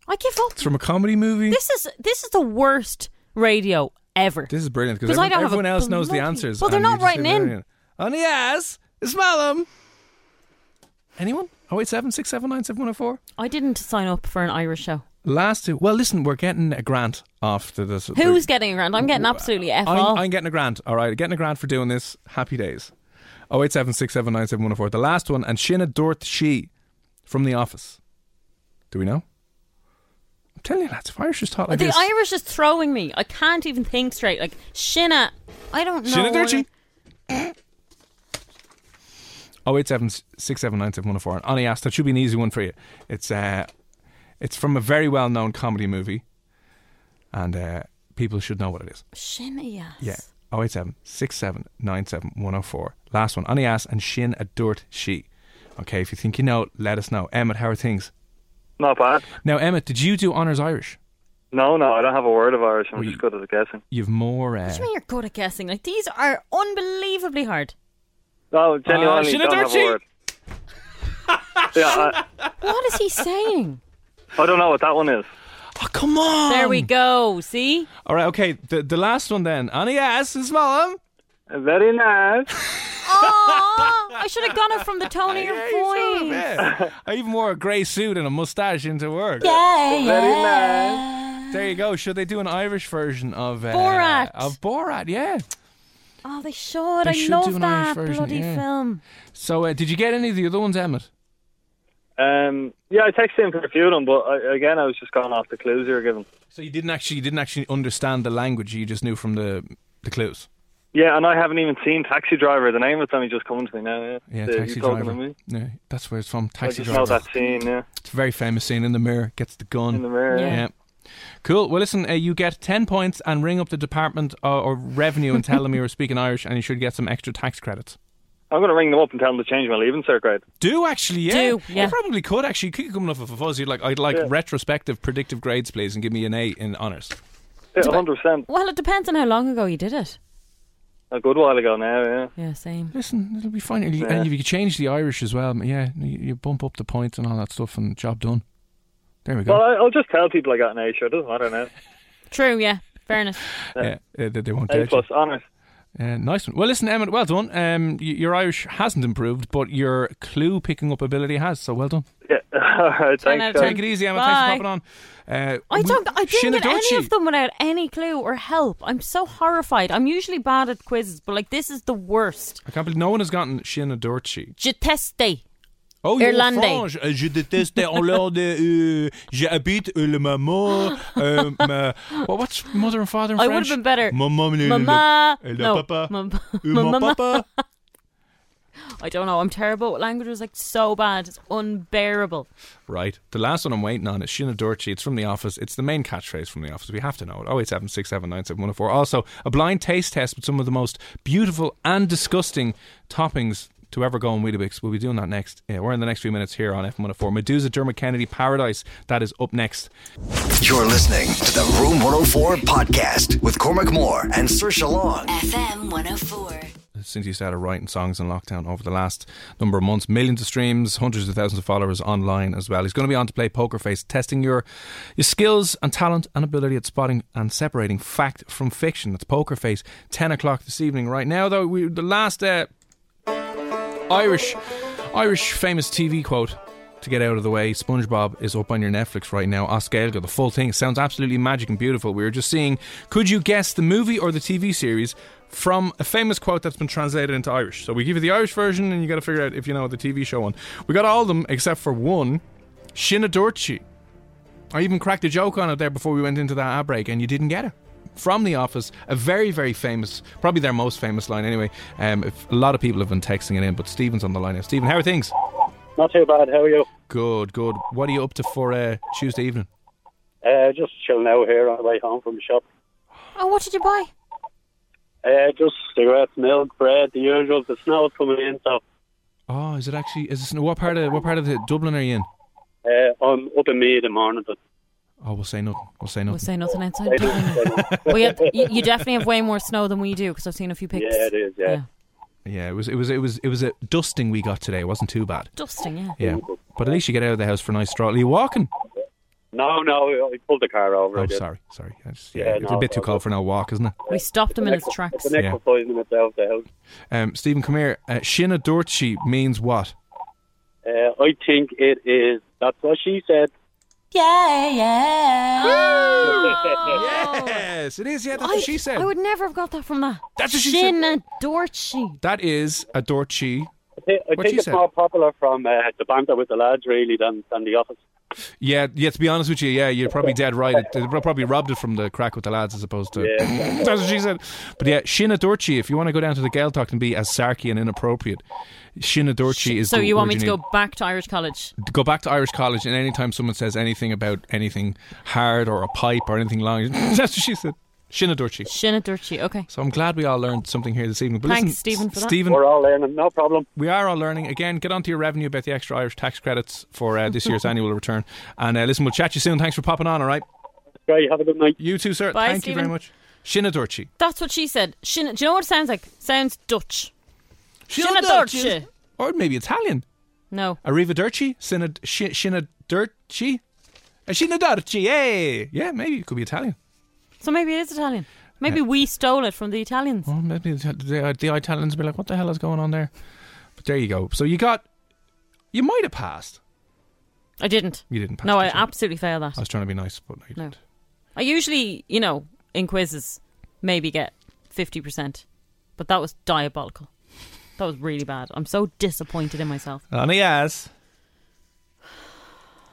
Speaker 4: I give up.
Speaker 3: It's from a comedy movie.
Speaker 4: This is this is the worst radio ever.
Speaker 3: This is brilliant because
Speaker 4: 'Cause I
Speaker 3: everyone,
Speaker 4: don't have a
Speaker 3: everyone else knows the
Speaker 4: bloody-
Speaker 3: answers.
Speaker 4: Well, they're
Speaker 3: and you
Speaker 4: not
Speaker 3: just
Speaker 4: writing
Speaker 3: sit
Speaker 4: in.
Speaker 3: there and- On the ass, it's Malam. Anyone? 087 679 7104?
Speaker 4: I didn't sign up for an Irish show.
Speaker 3: Last two. Well, listen, we're getting a grant after this.
Speaker 4: Who's getting a grant? I'm getting absolutely F
Speaker 3: I'm,
Speaker 4: all.
Speaker 3: I'm getting a grant. All right, getting a grant for doing this. Happy days. 087 679 7104. The last one, and Shinna Dorth She from The Office. Do we know? I'm telling you, lads, if Irish is taught like
Speaker 4: the
Speaker 3: this.
Speaker 4: Irish is throwing me. I can't even think straight. Like Shinna, I don't know.
Speaker 3: Shinna Dorth She.
Speaker 4: what-
Speaker 3: 087 679 7104. And Annie asked, that should be an easy one for you. It's, uh, it's from a very well known comedy movie, and uh, people should know what it is.
Speaker 4: Shinna, yes.
Speaker 3: Yeah. 087 104. Last one. Annie ass and Shin a dirt she. Okay, if you think you know, let us know. Emmett, how are things?
Speaker 6: Not bad.
Speaker 3: Now, Emmett, did you do honours Irish?
Speaker 6: No, no, I don't have a word of Irish. I'm
Speaker 3: Well, you-
Speaker 6: just good at guessing.
Speaker 3: You've more. Uh,
Speaker 4: What do you mean you're good at guessing? Like these are unbelievably hard.
Speaker 6: No, Oh, genuinely
Speaker 3: Shinadurchi!
Speaker 6: don't have a word. yeah,
Speaker 4: What is he saying?
Speaker 6: I, I don't know what that one is.
Speaker 3: oh, come on!
Speaker 4: there we go. See,
Speaker 3: All right, okay, the, the last one then. Annie ass um? and Smallam.
Speaker 6: Very nice.
Speaker 4: oh, I should have gone it from the tone of your voice.
Speaker 3: Yeah. I even wore a grey suit and a moustache into work.
Speaker 6: Very nice.
Speaker 3: There you go. Should they do an Irish version of uh,
Speaker 4: Borat.
Speaker 3: Of Borat, yeah.
Speaker 4: Oh, they should.
Speaker 3: They
Speaker 4: I
Speaker 3: should do
Speaker 4: love
Speaker 3: an Irish
Speaker 4: that
Speaker 3: version,
Speaker 4: bloody
Speaker 3: yeah.
Speaker 4: film.
Speaker 3: So, uh, did you get any of the other ones, Emmett?
Speaker 6: Um, yeah, I texted him for a few of them, but I, again, I was just going off the clues you were given.
Speaker 3: So you didn't actually you didn't actually understand the language. You just knew from the the clues.
Speaker 6: Yeah, and I haven't even seen Taxi Driver. The name of them is just coming to me now. Yeah,
Speaker 3: Yeah,
Speaker 6: So you
Speaker 3: taxi
Speaker 6: talking
Speaker 3: driver.
Speaker 6: to me?
Speaker 3: Yeah, that's where it's from.
Speaker 6: I
Speaker 3: Taxi
Speaker 6: just
Speaker 3: driver.
Speaker 6: know that scene. Yeah,
Speaker 3: It's a very famous scene in the mirror. Gets the gun.
Speaker 6: in the mirror.
Speaker 3: yeah. Cool. Well, listen, uh, you get 10 points and ring up the Department of, of Revenue and tell them you were speaking Irish and you should get some extra tax credits.
Speaker 7: I'm going to ring them up and tell them to change my leaving circuit.
Speaker 3: Do actually, yeah.
Speaker 7: Do, yeah.
Speaker 3: You probably could actually. You could come up with a fuzz. You'd like, I'd like
Speaker 7: Yeah.
Speaker 3: retrospective predictive grades, please, and give me an A in honours.
Speaker 7: Yeah, 100%.
Speaker 4: Well, it depends on how long ago you did it.
Speaker 7: A good while ago now, yeah.
Speaker 4: Yeah, same.
Speaker 3: Listen, it'll be fine. And you- And if you could change the Irish as well, yeah, you, you bump up the points and all that stuff, and job done. There we go.
Speaker 7: Well, I, I'll just tell people I got an A, sure. It doesn't matter now.
Speaker 4: True, yeah. Fairness.
Speaker 3: yeah, uh, they, they won't
Speaker 7: A
Speaker 3: judge you.
Speaker 7: plus, honours.
Speaker 3: Uh, nice one. Well, listen, Emmett, well done. Um, y- your Irish hasn't improved, but your clue picking up ability has. So well done.
Speaker 7: Yeah. All right,
Speaker 4: Ten out of
Speaker 7: thanks, guys.
Speaker 3: Take it easy, Emma.
Speaker 4: Bye.
Speaker 3: Thanks for popping on. Uh,
Speaker 4: I
Speaker 3: we-
Speaker 4: don't. I didn't get any
Speaker 3: Shinadochi.
Speaker 4: of them without any clue or help. I'm so horrified. I'm usually bad at quizzes, but like this is the worst.
Speaker 3: I can't believe no one has gotten Shinadorchi.
Speaker 4: Je teste.
Speaker 3: Oh, your
Speaker 4: Irlandais.
Speaker 3: fange. Euh, Je déteste en l'heure de. euh, J'habite euh, le maman. euh, ma- well, what's mother and father in
Speaker 4: I would have
Speaker 3: French?
Speaker 4: been better.
Speaker 3: Maman, le- le-
Speaker 4: Mama.
Speaker 3: et le
Speaker 4: no.
Speaker 3: papa.
Speaker 4: Mam-
Speaker 3: Euh, mon
Speaker 4: mama.
Speaker 3: papa.
Speaker 4: I don't know. I'm terrible. with Language was like so bad. It's unbearable.
Speaker 3: Right. The last one I'm waiting on is Shinadorchi. It's from The Office. It's the main catchphrase from The Office. We have to know it. 087 Also, a blind taste test with some of the most beautiful and disgusting toppings to ever go on Weetabix. We'll be doing that next. Yeah, we're in the next few minutes here on F104. Medusa, Dermot Kennedy, Paradise. That is up next.
Speaker 1: You're listening to the Room 104 podcast with Cormac Moore and Sir Long.
Speaker 2: FM 104.
Speaker 3: since you started writing songs in lockdown over the last number of months. Millions of streams, hundreds of thousands of followers online as well. He's going to be on to play Poker Face, testing your your skills and talent and ability at spotting and separating fact from fiction. That's Poker Face, 10 o'clock this evening. Right now, though, we, the last uh, Irish Irish famous TV quote to get out of the way. SpongeBob is up on your Netflix right now. Oskelga, the full thing. It sounds absolutely magic and beautiful. We were just seeing could you guess the movie or the TV series from a famous quote that's been translated into Irish? So we give you the Irish version and you got to figure out if you know the TV show one. We got all of them except for one Shinadorchi. I even cracked a joke on it there before we went into that ad break, and you didn't get it. From The Office, a very, very famous, probably their most famous line anyway. Um, if, a lot of people have been texting it in, but Stephen's on the line now. Stephen, how are things?
Speaker 8: Not too bad. How are you?
Speaker 3: Good, good. What are you up to for uh, Tuesday evening?
Speaker 8: Uh, just chilling out here on the way home from the shop.
Speaker 4: Oh, what did you buy?
Speaker 8: Uh, just cigarettes, milk, bread, the usual. The snow's coming in, so
Speaker 3: Oh, is it actually? Is it what part of what part of the Dublin are you in?
Speaker 8: uh, I'm up in me in the morning. But
Speaker 3: Oh, we'll say nothing. We'll say nothing.
Speaker 4: We'll say nothing outside. Dublin. we have, you, you definitely have way more snow than we do because I've seen a few pics.
Speaker 8: yeah, it is. Yeah.
Speaker 3: Yeah, it was it was it was it was a dusting we got today. It wasn't too bad.
Speaker 4: Dusting, yeah.
Speaker 3: Yeah, but at least you get out of the house for a nice stroll. Are you walking?
Speaker 8: No, no, I pulled the car over. I
Speaker 3: Oh,
Speaker 8: did.
Speaker 3: sorry, sorry. I just-
Speaker 8: Yeah,
Speaker 3: yeah, it's a
Speaker 8: no,
Speaker 3: bit too
Speaker 8: no,
Speaker 3: cold for no walk, isn't it?
Speaker 4: We stopped him in his
Speaker 8: It's an
Speaker 4: tracks.
Speaker 3: Yeah.
Speaker 8: extra five minutes out of the house.
Speaker 3: Um, Stephen, come here. Uh, Shinadorchi means what?
Speaker 8: Uh, I think it is. That's what she said.
Speaker 4: Yeah, yeah.
Speaker 3: Yes, it is. Yeah, that's
Speaker 4: I,
Speaker 3: what she said.
Speaker 4: I would never have got that from that.
Speaker 3: That's what she said.
Speaker 4: Shin Dorchi.
Speaker 3: That is a Dorchi.
Speaker 8: I thi- I
Speaker 3: What she
Speaker 8: think it's
Speaker 3: said.
Speaker 8: more popular from uh, the banter with the lads, really, than, than the office.
Speaker 3: Yeah, yeah. To be honest with you, yeah, you're probably dead right. It, they probably robbed it from the crack with the lads as opposed to.
Speaker 8: Yeah.
Speaker 3: That's what she said. But yeah, Shinadorchi. If you want to go down to the Gaeltacht and be as sarky and inappropriate, Shinadorchi is.
Speaker 4: So
Speaker 3: the
Speaker 4: you want me
Speaker 3: word
Speaker 4: to
Speaker 3: you
Speaker 4: go back to Irish college?
Speaker 3: need. Go back to Irish college, and anytime someone says anything about anything hard or a pipe or anything long, that's what she said. Shinadorchi.
Speaker 4: Shin Dorchi. Okay.
Speaker 3: So I'm glad we all learned something here this evening. But
Speaker 4: Thanks,
Speaker 3: listen,
Speaker 4: Stephen, for that.
Speaker 3: Stephen,
Speaker 8: We're all learning, no problem.
Speaker 3: we are all learning. Again, get onto your revenue about the extra Irish tax credits for uh, this year's annual return. And uh, listen, we'll chat to you soon. Thanks for popping on, all right?
Speaker 8: Great, have a good night.
Speaker 3: You too, sir.
Speaker 4: Bye,
Speaker 3: Thank you very
Speaker 4: Stephen.
Speaker 3: much. Shinadorchi.
Speaker 4: That's what she said. Shin. Do you know what it sounds like? Sounds Dutch. Shin Dorchi.
Speaker 3: Or maybe Italian.
Speaker 4: No.
Speaker 3: Arrivederci? Sinad- shi- Shinadorchi? Uh, Shinadorchi, yay! Yeah, maybe it could be Italian.
Speaker 4: So maybe it is Italian. Maybe we stole it from the Italians.
Speaker 3: Well, maybe the, the, uh, the Italians will be like, what the hell is going on there? But there you go. So you got. You might have passed.
Speaker 4: I didn't.
Speaker 3: You didn't pass.
Speaker 4: No, I
Speaker 3: did you?
Speaker 4: absolutely failed that.
Speaker 3: I was trying to be nice, but I
Speaker 4: No. I usually, you know, in quizzes, maybe get 50%. But that was diabolical. That was really bad. I'm so disappointed in myself.
Speaker 3: On the ass.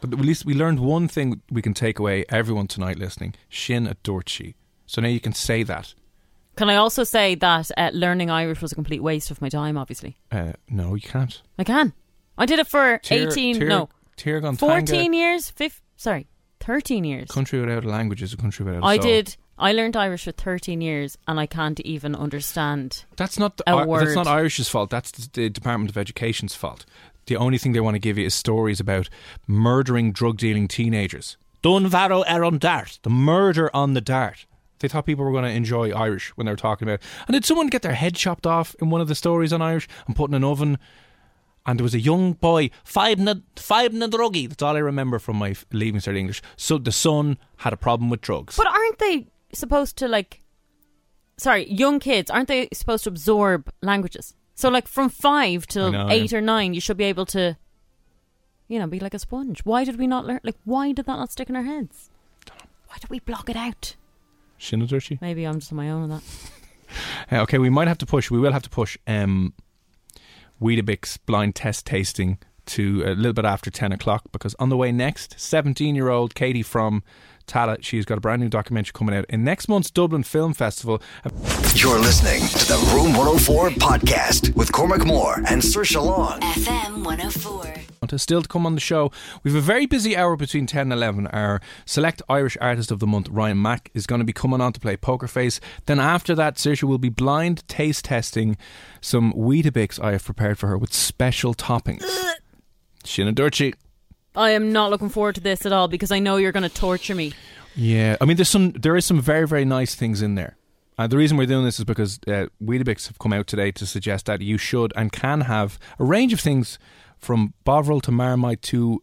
Speaker 3: But at least we learned one thing we can take away, everyone tonight listening Shin Adorchi. So now you can say that.
Speaker 4: Can I also say that uh, learning Irish was a complete waste of my time, obviously?
Speaker 3: Uh, no, you can't.
Speaker 4: I can. I did it for
Speaker 3: Tier-
Speaker 4: 18,
Speaker 3: tier-
Speaker 4: no,
Speaker 3: tier gone
Speaker 4: 14
Speaker 3: tanga.
Speaker 4: years, fif- sorry, 13 years.
Speaker 3: Country without a language is a country without a
Speaker 4: I
Speaker 3: soul.
Speaker 4: did. I learned Irish for 13 years and I can't even understand.
Speaker 3: That's not the,
Speaker 4: a
Speaker 3: Ir-
Speaker 4: word.
Speaker 3: That's not Irish's fault. That's the, the Department of Education's fault. The only thing they want to give you is stories about murdering drug dealing teenagers. Dunvarro er on dart. The murder on the dart. They thought people were going to enjoy Irish when they were talking about. And did someone get their head chopped off in one of the stories on Irish and put in an oven? And there was a young boy, five na, five na druggy. That's all I remember from my f- leaving study English. So the son had a problem with drugs.
Speaker 4: But aren't they supposed to like? Sorry, young kids aren't they supposed to absorb languages? So like from five
Speaker 3: I
Speaker 4: till
Speaker 3: know,
Speaker 4: eight
Speaker 3: yeah.
Speaker 4: or nine, you should be able to, you know, be like a sponge. Why did we not learn? Like, why did that not stick in our heads? Why did we block it out?
Speaker 3: Shinadirty?
Speaker 4: Maybe I'm just on my own on that.
Speaker 3: Uh, okay, we might have to push. We will have to push um, Weetabix blind test tasting to a little bit after ten o'clock because on the way next, seventeen-year-old Katie from Tala, she's got a brand new documentary coming out in next month's Dublin Film Festival.
Speaker 1: You're listening to the Room 104 podcast with Cormac Moore and Sir Long.
Speaker 2: FM 104.
Speaker 3: Still to come on the show, we have a very busy hour between 10 and 11. Our select Irish artist of the month, Ryan Mack, is going to be coming on to play Poker Face. Then after that, Saoirse will be blind taste testing some Weetabix I have prepared for her with special toppings. Shinadurchi.
Speaker 4: I am not looking forward to this at all because I know you're going to torture me.
Speaker 3: Yeah, I mean, there's some, there is some very, very nice things in there. Uh, the reason we're doing this is because uh, Weetabix have come out today to suggest that you should and can have a range of things from Bovril to Marmite to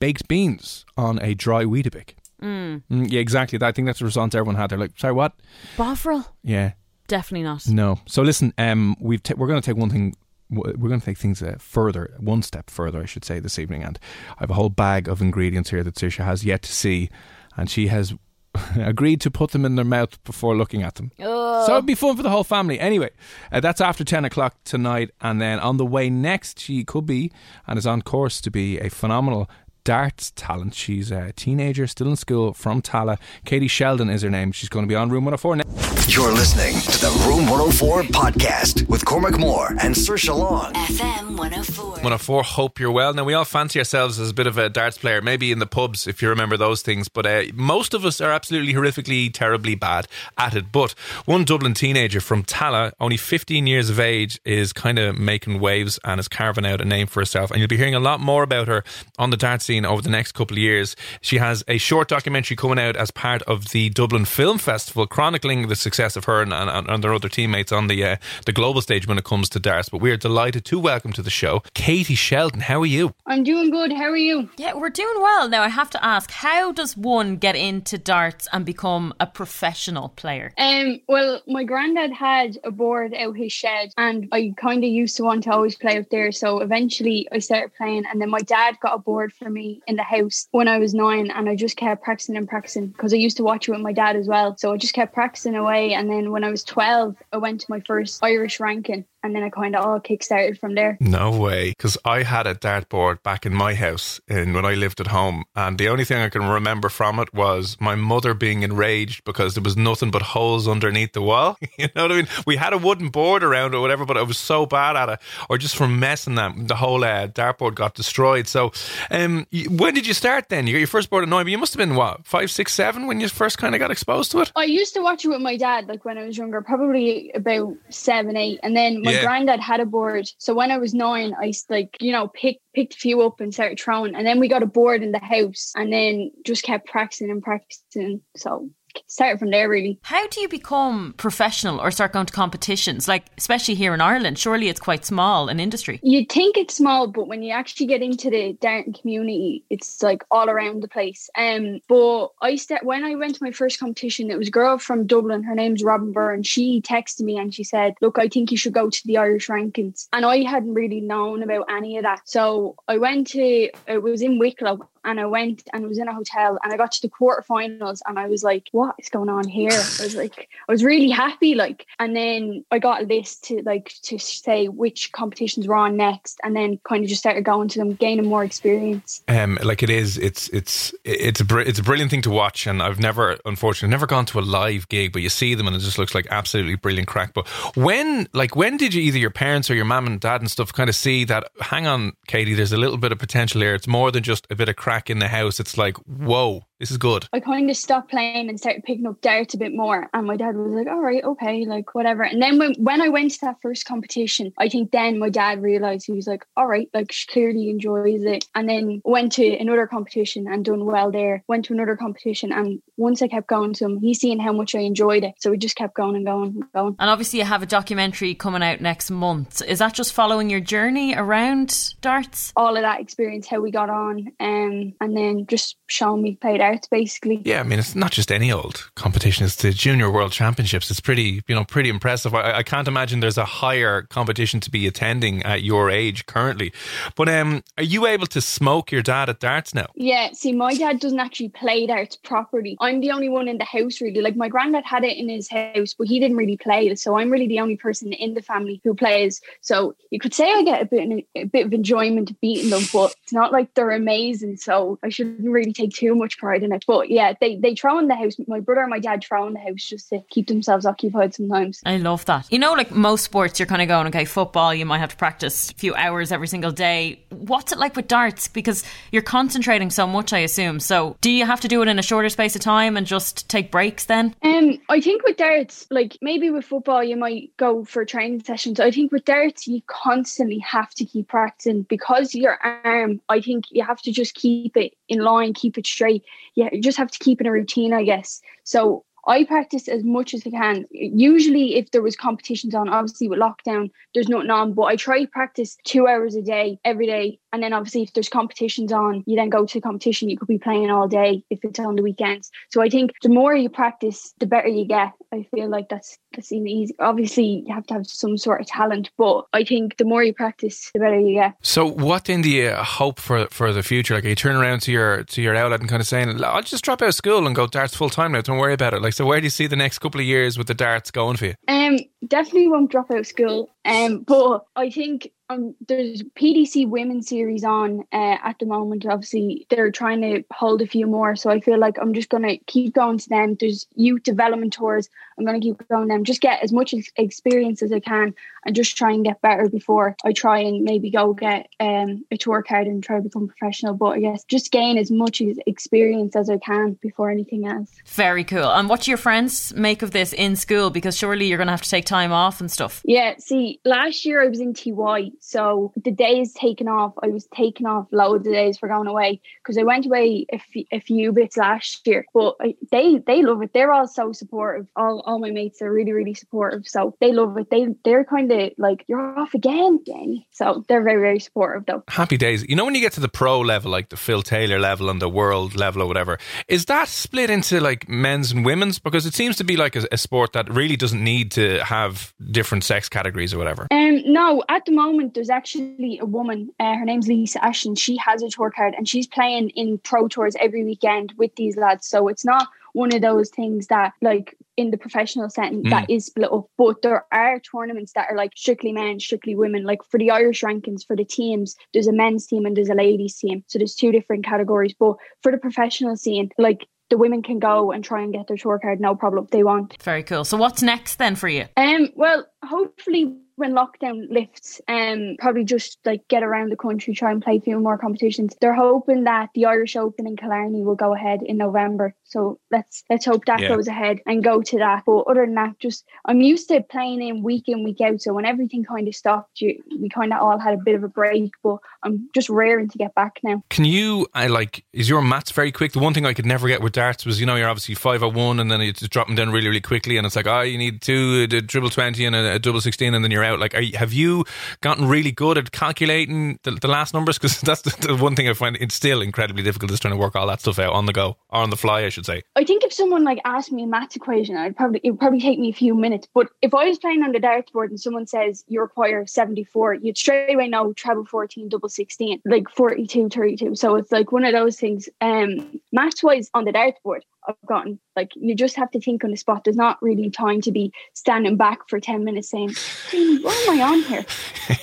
Speaker 3: baked beans on a dry Weetabix.
Speaker 4: Mm.
Speaker 3: Mm, yeah, exactly. I think that's the response everyone had. They're like, sorry, what?
Speaker 4: Bovril,
Speaker 3: Yeah,
Speaker 4: definitely not.
Speaker 3: no. So listen, um, we've ta we're going to take one thing. w- We're going to take things uh, further, one step further, I should say, this evening. And I have a whole bag of ingredients here that Sirsha has yet to see, and she has agreed to put them in their mouth before looking at them. So it'd be fun for the whole family. Anyway, uh, that's after 10 o'clock tonight. And then on the way next, she could be and is on course to be a phenomenal darts talent. She's a teenager, still in school, from Tala. Katie Sheldon is her name. She's going to be on Room 104 next.
Speaker 1: You're listening to the Room 104 podcast with Cormac Moore and Sir Long.
Speaker 2: FM 104.
Speaker 3: 104 hope you're well now we all fancy ourselves as a bit of a darts player maybe in the pubs if you remember those things but uh, most of us are absolutely horrifically terribly bad at it but one dublin teenager from tala only 15 years of age is kind of making waves and is carving out a name for herself and you'll be hearing a lot more about her on the dart scene over the next couple of years she has a short documentary coming out as part of the dublin film festival chronicling the success of her and, and, and their other teammates on the uh, the global stage when it comes to darts but we're delighted to welcome to the show katie sheldon how are you
Speaker 9: I'm doing good. How are you?
Speaker 4: Yeah, we're doing well. Now, I have to ask how does one get into darts and become a professional player?
Speaker 9: Um, well, my granddad had a board out his shed, and I kind of used to want to always play out there. So eventually, I started playing, and then my dad got a board for me in the house when I was nine, and I just kept practicing and practicing because I used to watch it with my dad as well. So I just kept practicing away, and then when I was twelve, I went to my first Irish ranking, and then I kind of all kick-started from there.
Speaker 3: no way because i had a dartboard back in my house and when i lived at home and the only thing i can remember from it was my mother being enraged because there was nothing but holes underneath the wall you know what i mean we had a wooden board around or whatever but i was so bad at it or just from messing them the whole uh, dartboard got destroyed so um, y- when did you start then you got your first board at nine but you must have been what five six seven when you first kind of got exposed to it
Speaker 9: I used to watch it with my dad, like when I was younger, probably about seven, eight, and then my
Speaker 3: Yeah.
Speaker 9: granddad had a board. So when I was nine, I s- like you know picked picked a few up and started throwing, and then we got a board in the house, and then just kept practicing and practicing. So started from there really.
Speaker 4: How do you become professional or start going to competitions? Like, especially here in Ireland, surely it's quite small an industry.
Speaker 9: You'd think it's small, but when you actually get into the Darton community, it's like all around the place. Um, but I st- when I went to my first competition, it was a girl from Dublin. Her name's Robin Byrne. She texted me and she said, "Look, I think you should go to the Irish rankings." And I hadn't really known about any of that, so I went to. It was in Wicklow, and I went and was in a hotel, and I got to the quarterfinals, and I was like, "What is going on here?" I was like, I was really happy, like, and then I got a list to like to say which competitions were on next, and then kind of just started going to them, gaining more experience.
Speaker 3: Um, like it is, it's it's it's a br- it's a brilliant thing to watch, and I've never, unfortunately, never gone to a live gig, but you see them, and it just looks like absolutely brilliant crack. But when, like, when did you either your parents or your mum and dad and stuff kind of see that? Hang on, Katie, there's a little bit of potential here. It's more than just a bit of crack in the house. It's like, whoa, This is good.
Speaker 9: I kind of stopped playing and started picking up darts a bit more. And my dad was like, all right, okay, like whatever. And then when, when I went to that first competition, I think then my dad realized he was like, all right, like she clearly enjoys it. And then went to another competition and done well there. Went to another competition. And once I kept going to him, he's seeing how much I enjoyed it. So we just kept going and going and going.
Speaker 4: And obviously, you have a documentary coming out next month. Is that just following your journey around darts?
Speaker 9: All of that experience, how we got on, um, and then just showing me play darts basically.
Speaker 3: Yeah, I mean, it's not just any old competition. It's the Junior World Championships. It's pretty, you know, pretty impressive. I, I can't imagine there's a higher competition to be attending at your age currently. But um, are you able to smoke your dad at darts now?
Speaker 9: Yeah, see, my dad doesn't actually play darts properly. I'm the only one in the house, really. Like, my granddad had it in his house, but he didn't really play. So I'm really the only person in the family who plays. So you could say I get a bit, a bit of enjoyment of beating them, but it's not like they're amazing. So I shouldn't really take too much pride in it. But yeah, they, they throw in the house. My brother and my dad throw in the house just to keep themselves occupied sometimes.
Speaker 4: I love that. You know, like most sports, you're kind of going, okay, football, you might have to practice a few hours every single day. What's it like with darts? Because you're concentrating so much, I assume. So do you have to do it in a shorter space of time and just take breaks then?
Speaker 9: Um, I think with darts, like maybe with football, you might go for training sessions. I think with darts, you constantly have to keep practicing because your arm, I think you have to just keep it in line, keep it straight. Yeah, you just have to keep in a routine, I guess. So I practice as much as I can. Usually, if there was competitions on, obviously with lockdown, there's nothing on, but I try to practice two hours a day every day. And then obviously, if there's competitions on, you then go to the competition. You could be playing all day if it's on the weekends. So I think the more you practice, the better you get. I feel like that's that's easy. Obviously, you have to have some sort of talent, but I think the more you practice, the better you get.
Speaker 3: So, what then do you hope for for the future? Like, are you turn around to your to your outlet and kind of saying, "I'll just drop out of school and go darts full time now. Don't worry about it." Like, so where do you see the next couple of years with the darts going for you?
Speaker 9: Um, definitely won't drop out of school. Um, but I think um, there's PDC Women series on uh, at the moment. Obviously, they're trying to hold a few more, so I feel like I'm just gonna keep going to them. There's youth development tours. I'm gonna keep going to them. Just get as much experience as I can, and just try and get better before I try and maybe go get um, a tour card and try to become professional. But I guess just gain as much experience as I can before anything else.
Speaker 4: Very cool. And what do your friends make of this in school? Because surely you're gonna have to take time off and stuff.
Speaker 9: Yeah. See, last year I was in TY. So the days taken off, I was taking off loads of days for going away because I went away a, f- a few bits last year. But I, they they love it. They're all so supportive. All, all my mates are really really supportive. So they love it. They they're kind of like you're off again, Jenny. So they're very very supportive though.
Speaker 3: Happy days. You know when you get to the pro level, like the Phil Taylor level and the world level or whatever, is that split into like men's and women's? Because it seems to be like a, a sport that really doesn't need to have different sex categories or whatever.
Speaker 9: Um, no, at the moment there's actually a woman. Uh, her name's Lisa Ashton. She has a tour card and she's playing in pro tours every weekend with these lads. So it's not one of those things that, like, in the professional setting, mm. that is split up. But there are tournaments that are like strictly men, strictly women. Like for the Irish rankings, for the teams, there's a men's team and there's a ladies' team. So there's two different categories. But for the professional scene, like the women can go and try and get their tour card no problem they want
Speaker 4: very cool so what's next then for you
Speaker 9: um well hopefully when lockdown lifts um probably just like get around the country try and play a few more competitions they're hoping that the irish open in killarney will go ahead in november so let's let's hope that yeah. goes ahead and go to that but other than that just i'm used to playing in week in week out so when everything kind of stopped you we kind of all had a bit of a break but i'm just raring to get back now
Speaker 3: can you i like is your maths very quick the one thing i could never get with darts was you know you're obviously 501 and then it's just dropping down really really quickly and it's like oh you need two a, a triple 20 and a, a double 16 and then you're out. Like, you, have you gotten really good at calculating the, the last numbers? Because that's the, the, one thing I find it's still incredibly difficult is trying to work all that stuff out on the go or on the fly, I should say.
Speaker 9: I think if someone like asked me a math equation, I'd probably it would probably take me a few minutes. But if I was playing on the dartboard and someone says you require seventy four, you'd straight away know treble fourteen, double sixteen, like 42, 32. So it's like one of those things. Um, math wise on the dartboard, I've gotten. Like you just have to think on the spot. There's not really time to be standing back for ten minutes saying, "Jamie, "What am I on here?"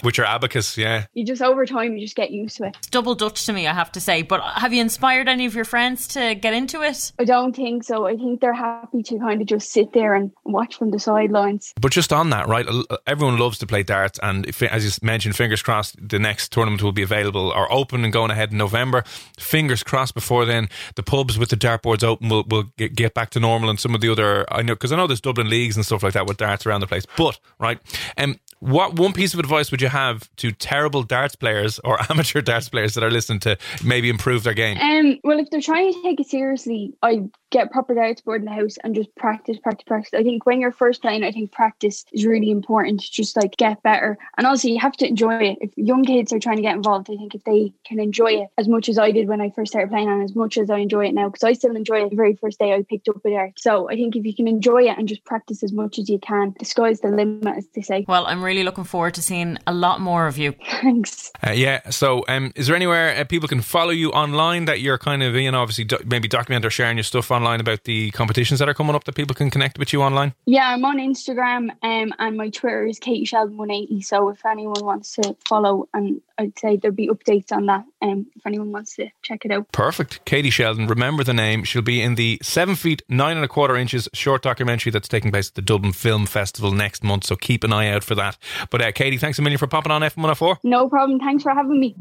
Speaker 3: Which are abacus, yeah.
Speaker 9: You just over time you just get used to it.
Speaker 4: It's double Dutch to me, I have to say. But have you inspired any of your friends to get into it?
Speaker 9: I don't think so. I think they're happy to kind of just sit there and watch from the sidelines.
Speaker 3: But just on that, right? l- Everyone loves to play darts, and if, as you mentioned, fingers crossed, the next tournament will be available or open and going ahead in November. Fingers crossed. Before then, the pubs with the dartboards open will will get, get back to normal, and some of the other I know because I know there's Dublin leagues and stuff like that with darts around the place. But right, um, what one piece of advice would you have to terrible darts players or amateur darts players that are listening to maybe improve their game?
Speaker 9: Um, well, if they're trying to take it seriously, I get proper darts board in the house and just practice, practice, practice. I think when you're first playing, I think practice is really important. to Just like get better, and also you have to enjoy it. If young kids are trying to get involved, I think if they can enjoy it as much as I did when I first started playing, and as much as I enjoy it now, because I still enjoy it the very first day I picked up a dart. So I think if you can enjoy it and just practice as much as you can, the sky's the limit, as they say.
Speaker 4: Well, I'm really looking forward to seeing a lot more of you.
Speaker 9: Thanks.
Speaker 3: Uh, yeah. So, um, is there anywhere uh, people can follow you online that you're kind of, you know, obviously do- maybe document or sharing your stuff online about the competitions that are coming up that people can connect with you online?
Speaker 9: Yeah, I'm on Instagram um, and my Twitter is Katie Sheldon180. So if anyone wants to follow, and I'd say there'll be updates on that um, if anyone wants to check it out.
Speaker 3: Perfect. Katie Sheldon, remember the name. She'll be in the seven feet, nine and a quarter inches short documentary that's taking place at the Dublin Film Festival next month. So keep an eye out for that. But uh, Katie, thanks a million for popping on F104.
Speaker 9: No problem. Thanks for having me.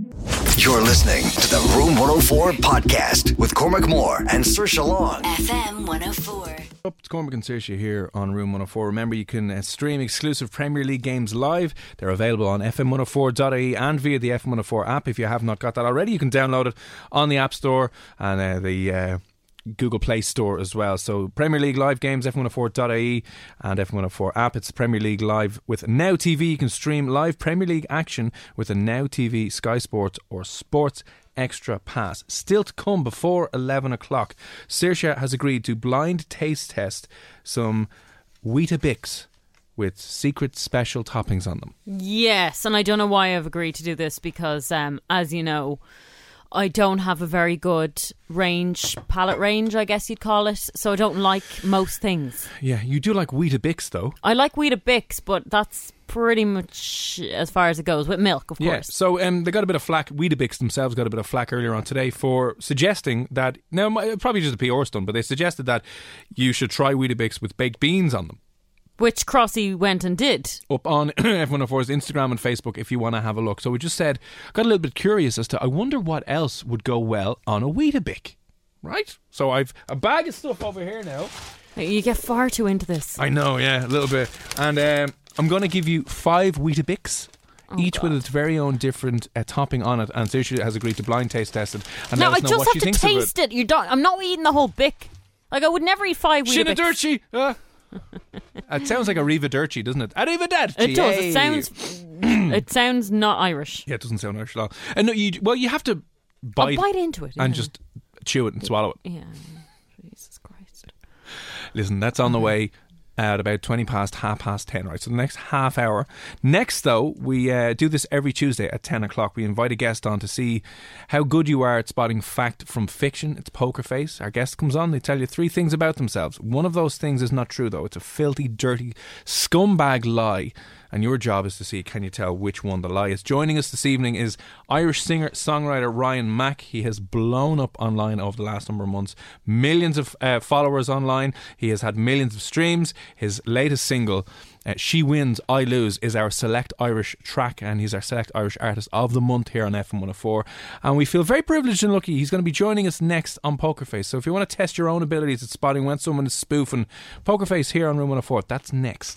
Speaker 1: You're listening to the Room 104 podcast with Cormac Moore and Sir Long.
Speaker 2: FM 104.
Speaker 3: Up, it's Cormac and Saoirse here on Room 104. Remember, you can uh, stream exclusive Premier League games live. They're available on fm104.ie E and via the FM104 app. If you have not got that already, you can download it on the App Store and uh, the uh, Google Play Store as well. So, Premier League live games, f104.ie E and f104 app. It's Premier League live with Now TV. You can stream live Premier League action with a Now TV, Sky Sports, or Sports extra pass. Still to come before 11 o'clock, Saoirse has agreed to blind taste test some Weetabix with secret special toppings on them.
Speaker 4: Yes, and I don't know why I've agreed to do this because, um, as you know, I don't have a very good range, palette range, I guess you'd call it. So I don't like most things.
Speaker 3: Yeah, you do like Weetabix though.
Speaker 4: I like Weetabix, but that's pretty much as far as it goes with milk, of
Speaker 3: Yeah,
Speaker 4: course.
Speaker 3: so um, they got a bit of flack. Weetabix themselves got a bit of flack earlier on today for suggesting that now it might- probably just a PR stunt, but they suggested that you should try Weetabix with baked beans on them.
Speaker 4: Which Crossy went and did.
Speaker 3: up on F104's Instagram and Facebook if you want to have a look. So we just said, got a little bit curious as to, I wonder what else would go well on a Weetabix, right? So I've a bag of stuff over here now.
Speaker 4: You get far too into this.
Speaker 3: I know, yeah, a little bit. And um, I'm going to give you five Weetabix.
Speaker 4: Oh,
Speaker 3: each with its very own different uh, topping on it, and Sushi has agreed to blind taste test it. And
Speaker 4: no,
Speaker 3: let
Speaker 4: I
Speaker 3: us know
Speaker 4: just
Speaker 3: what
Speaker 4: have
Speaker 3: she
Speaker 4: to
Speaker 3: thinks
Speaker 4: taste
Speaker 3: of
Speaker 4: it. You don't. I'm not eating the whole bick. Like I would never eat five Weetabix.
Speaker 3: Shinadirchi! Uh, it sounds like a Riva Dirty, doesn't it? Arrivederci!
Speaker 4: It does.
Speaker 3: eh?
Speaker 4: It sounds. it sounds not Irish.
Speaker 3: Yeah, it doesn't sound Irish at all. And no, you well, you have to bite,
Speaker 4: bite into it,
Speaker 3: and
Speaker 4: yeah.
Speaker 3: just chew it and swallow it.
Speaker 4: Yeah. Jesus Christ.
Speaker 3: Listen, that's on the way at about 20 past half past 10 right so the next half hour next though we uh, do this every tuesday at 10 o'clock we invite a guest on to see how good you are at spotting fact from fiction it's poker face our guest comes on they tell you three things about themselves one of those things is not true though it's a filthy dirty scumbag lie and your job is to see can you tell which one the lie is joining us this evening is irish singer songwriter ryan mack he has blown up online over the last number of months millions of uh, followers online he has had millions of streams his latest single uh, she wins i lose is our select irish track and he's our select irish artist of the month here on fm104 and we feel very privileged and lucky he's going to be joining us next on poker face so if you want to test your own abilities at spotting when someone is spoofing poker face here on room 104 that's next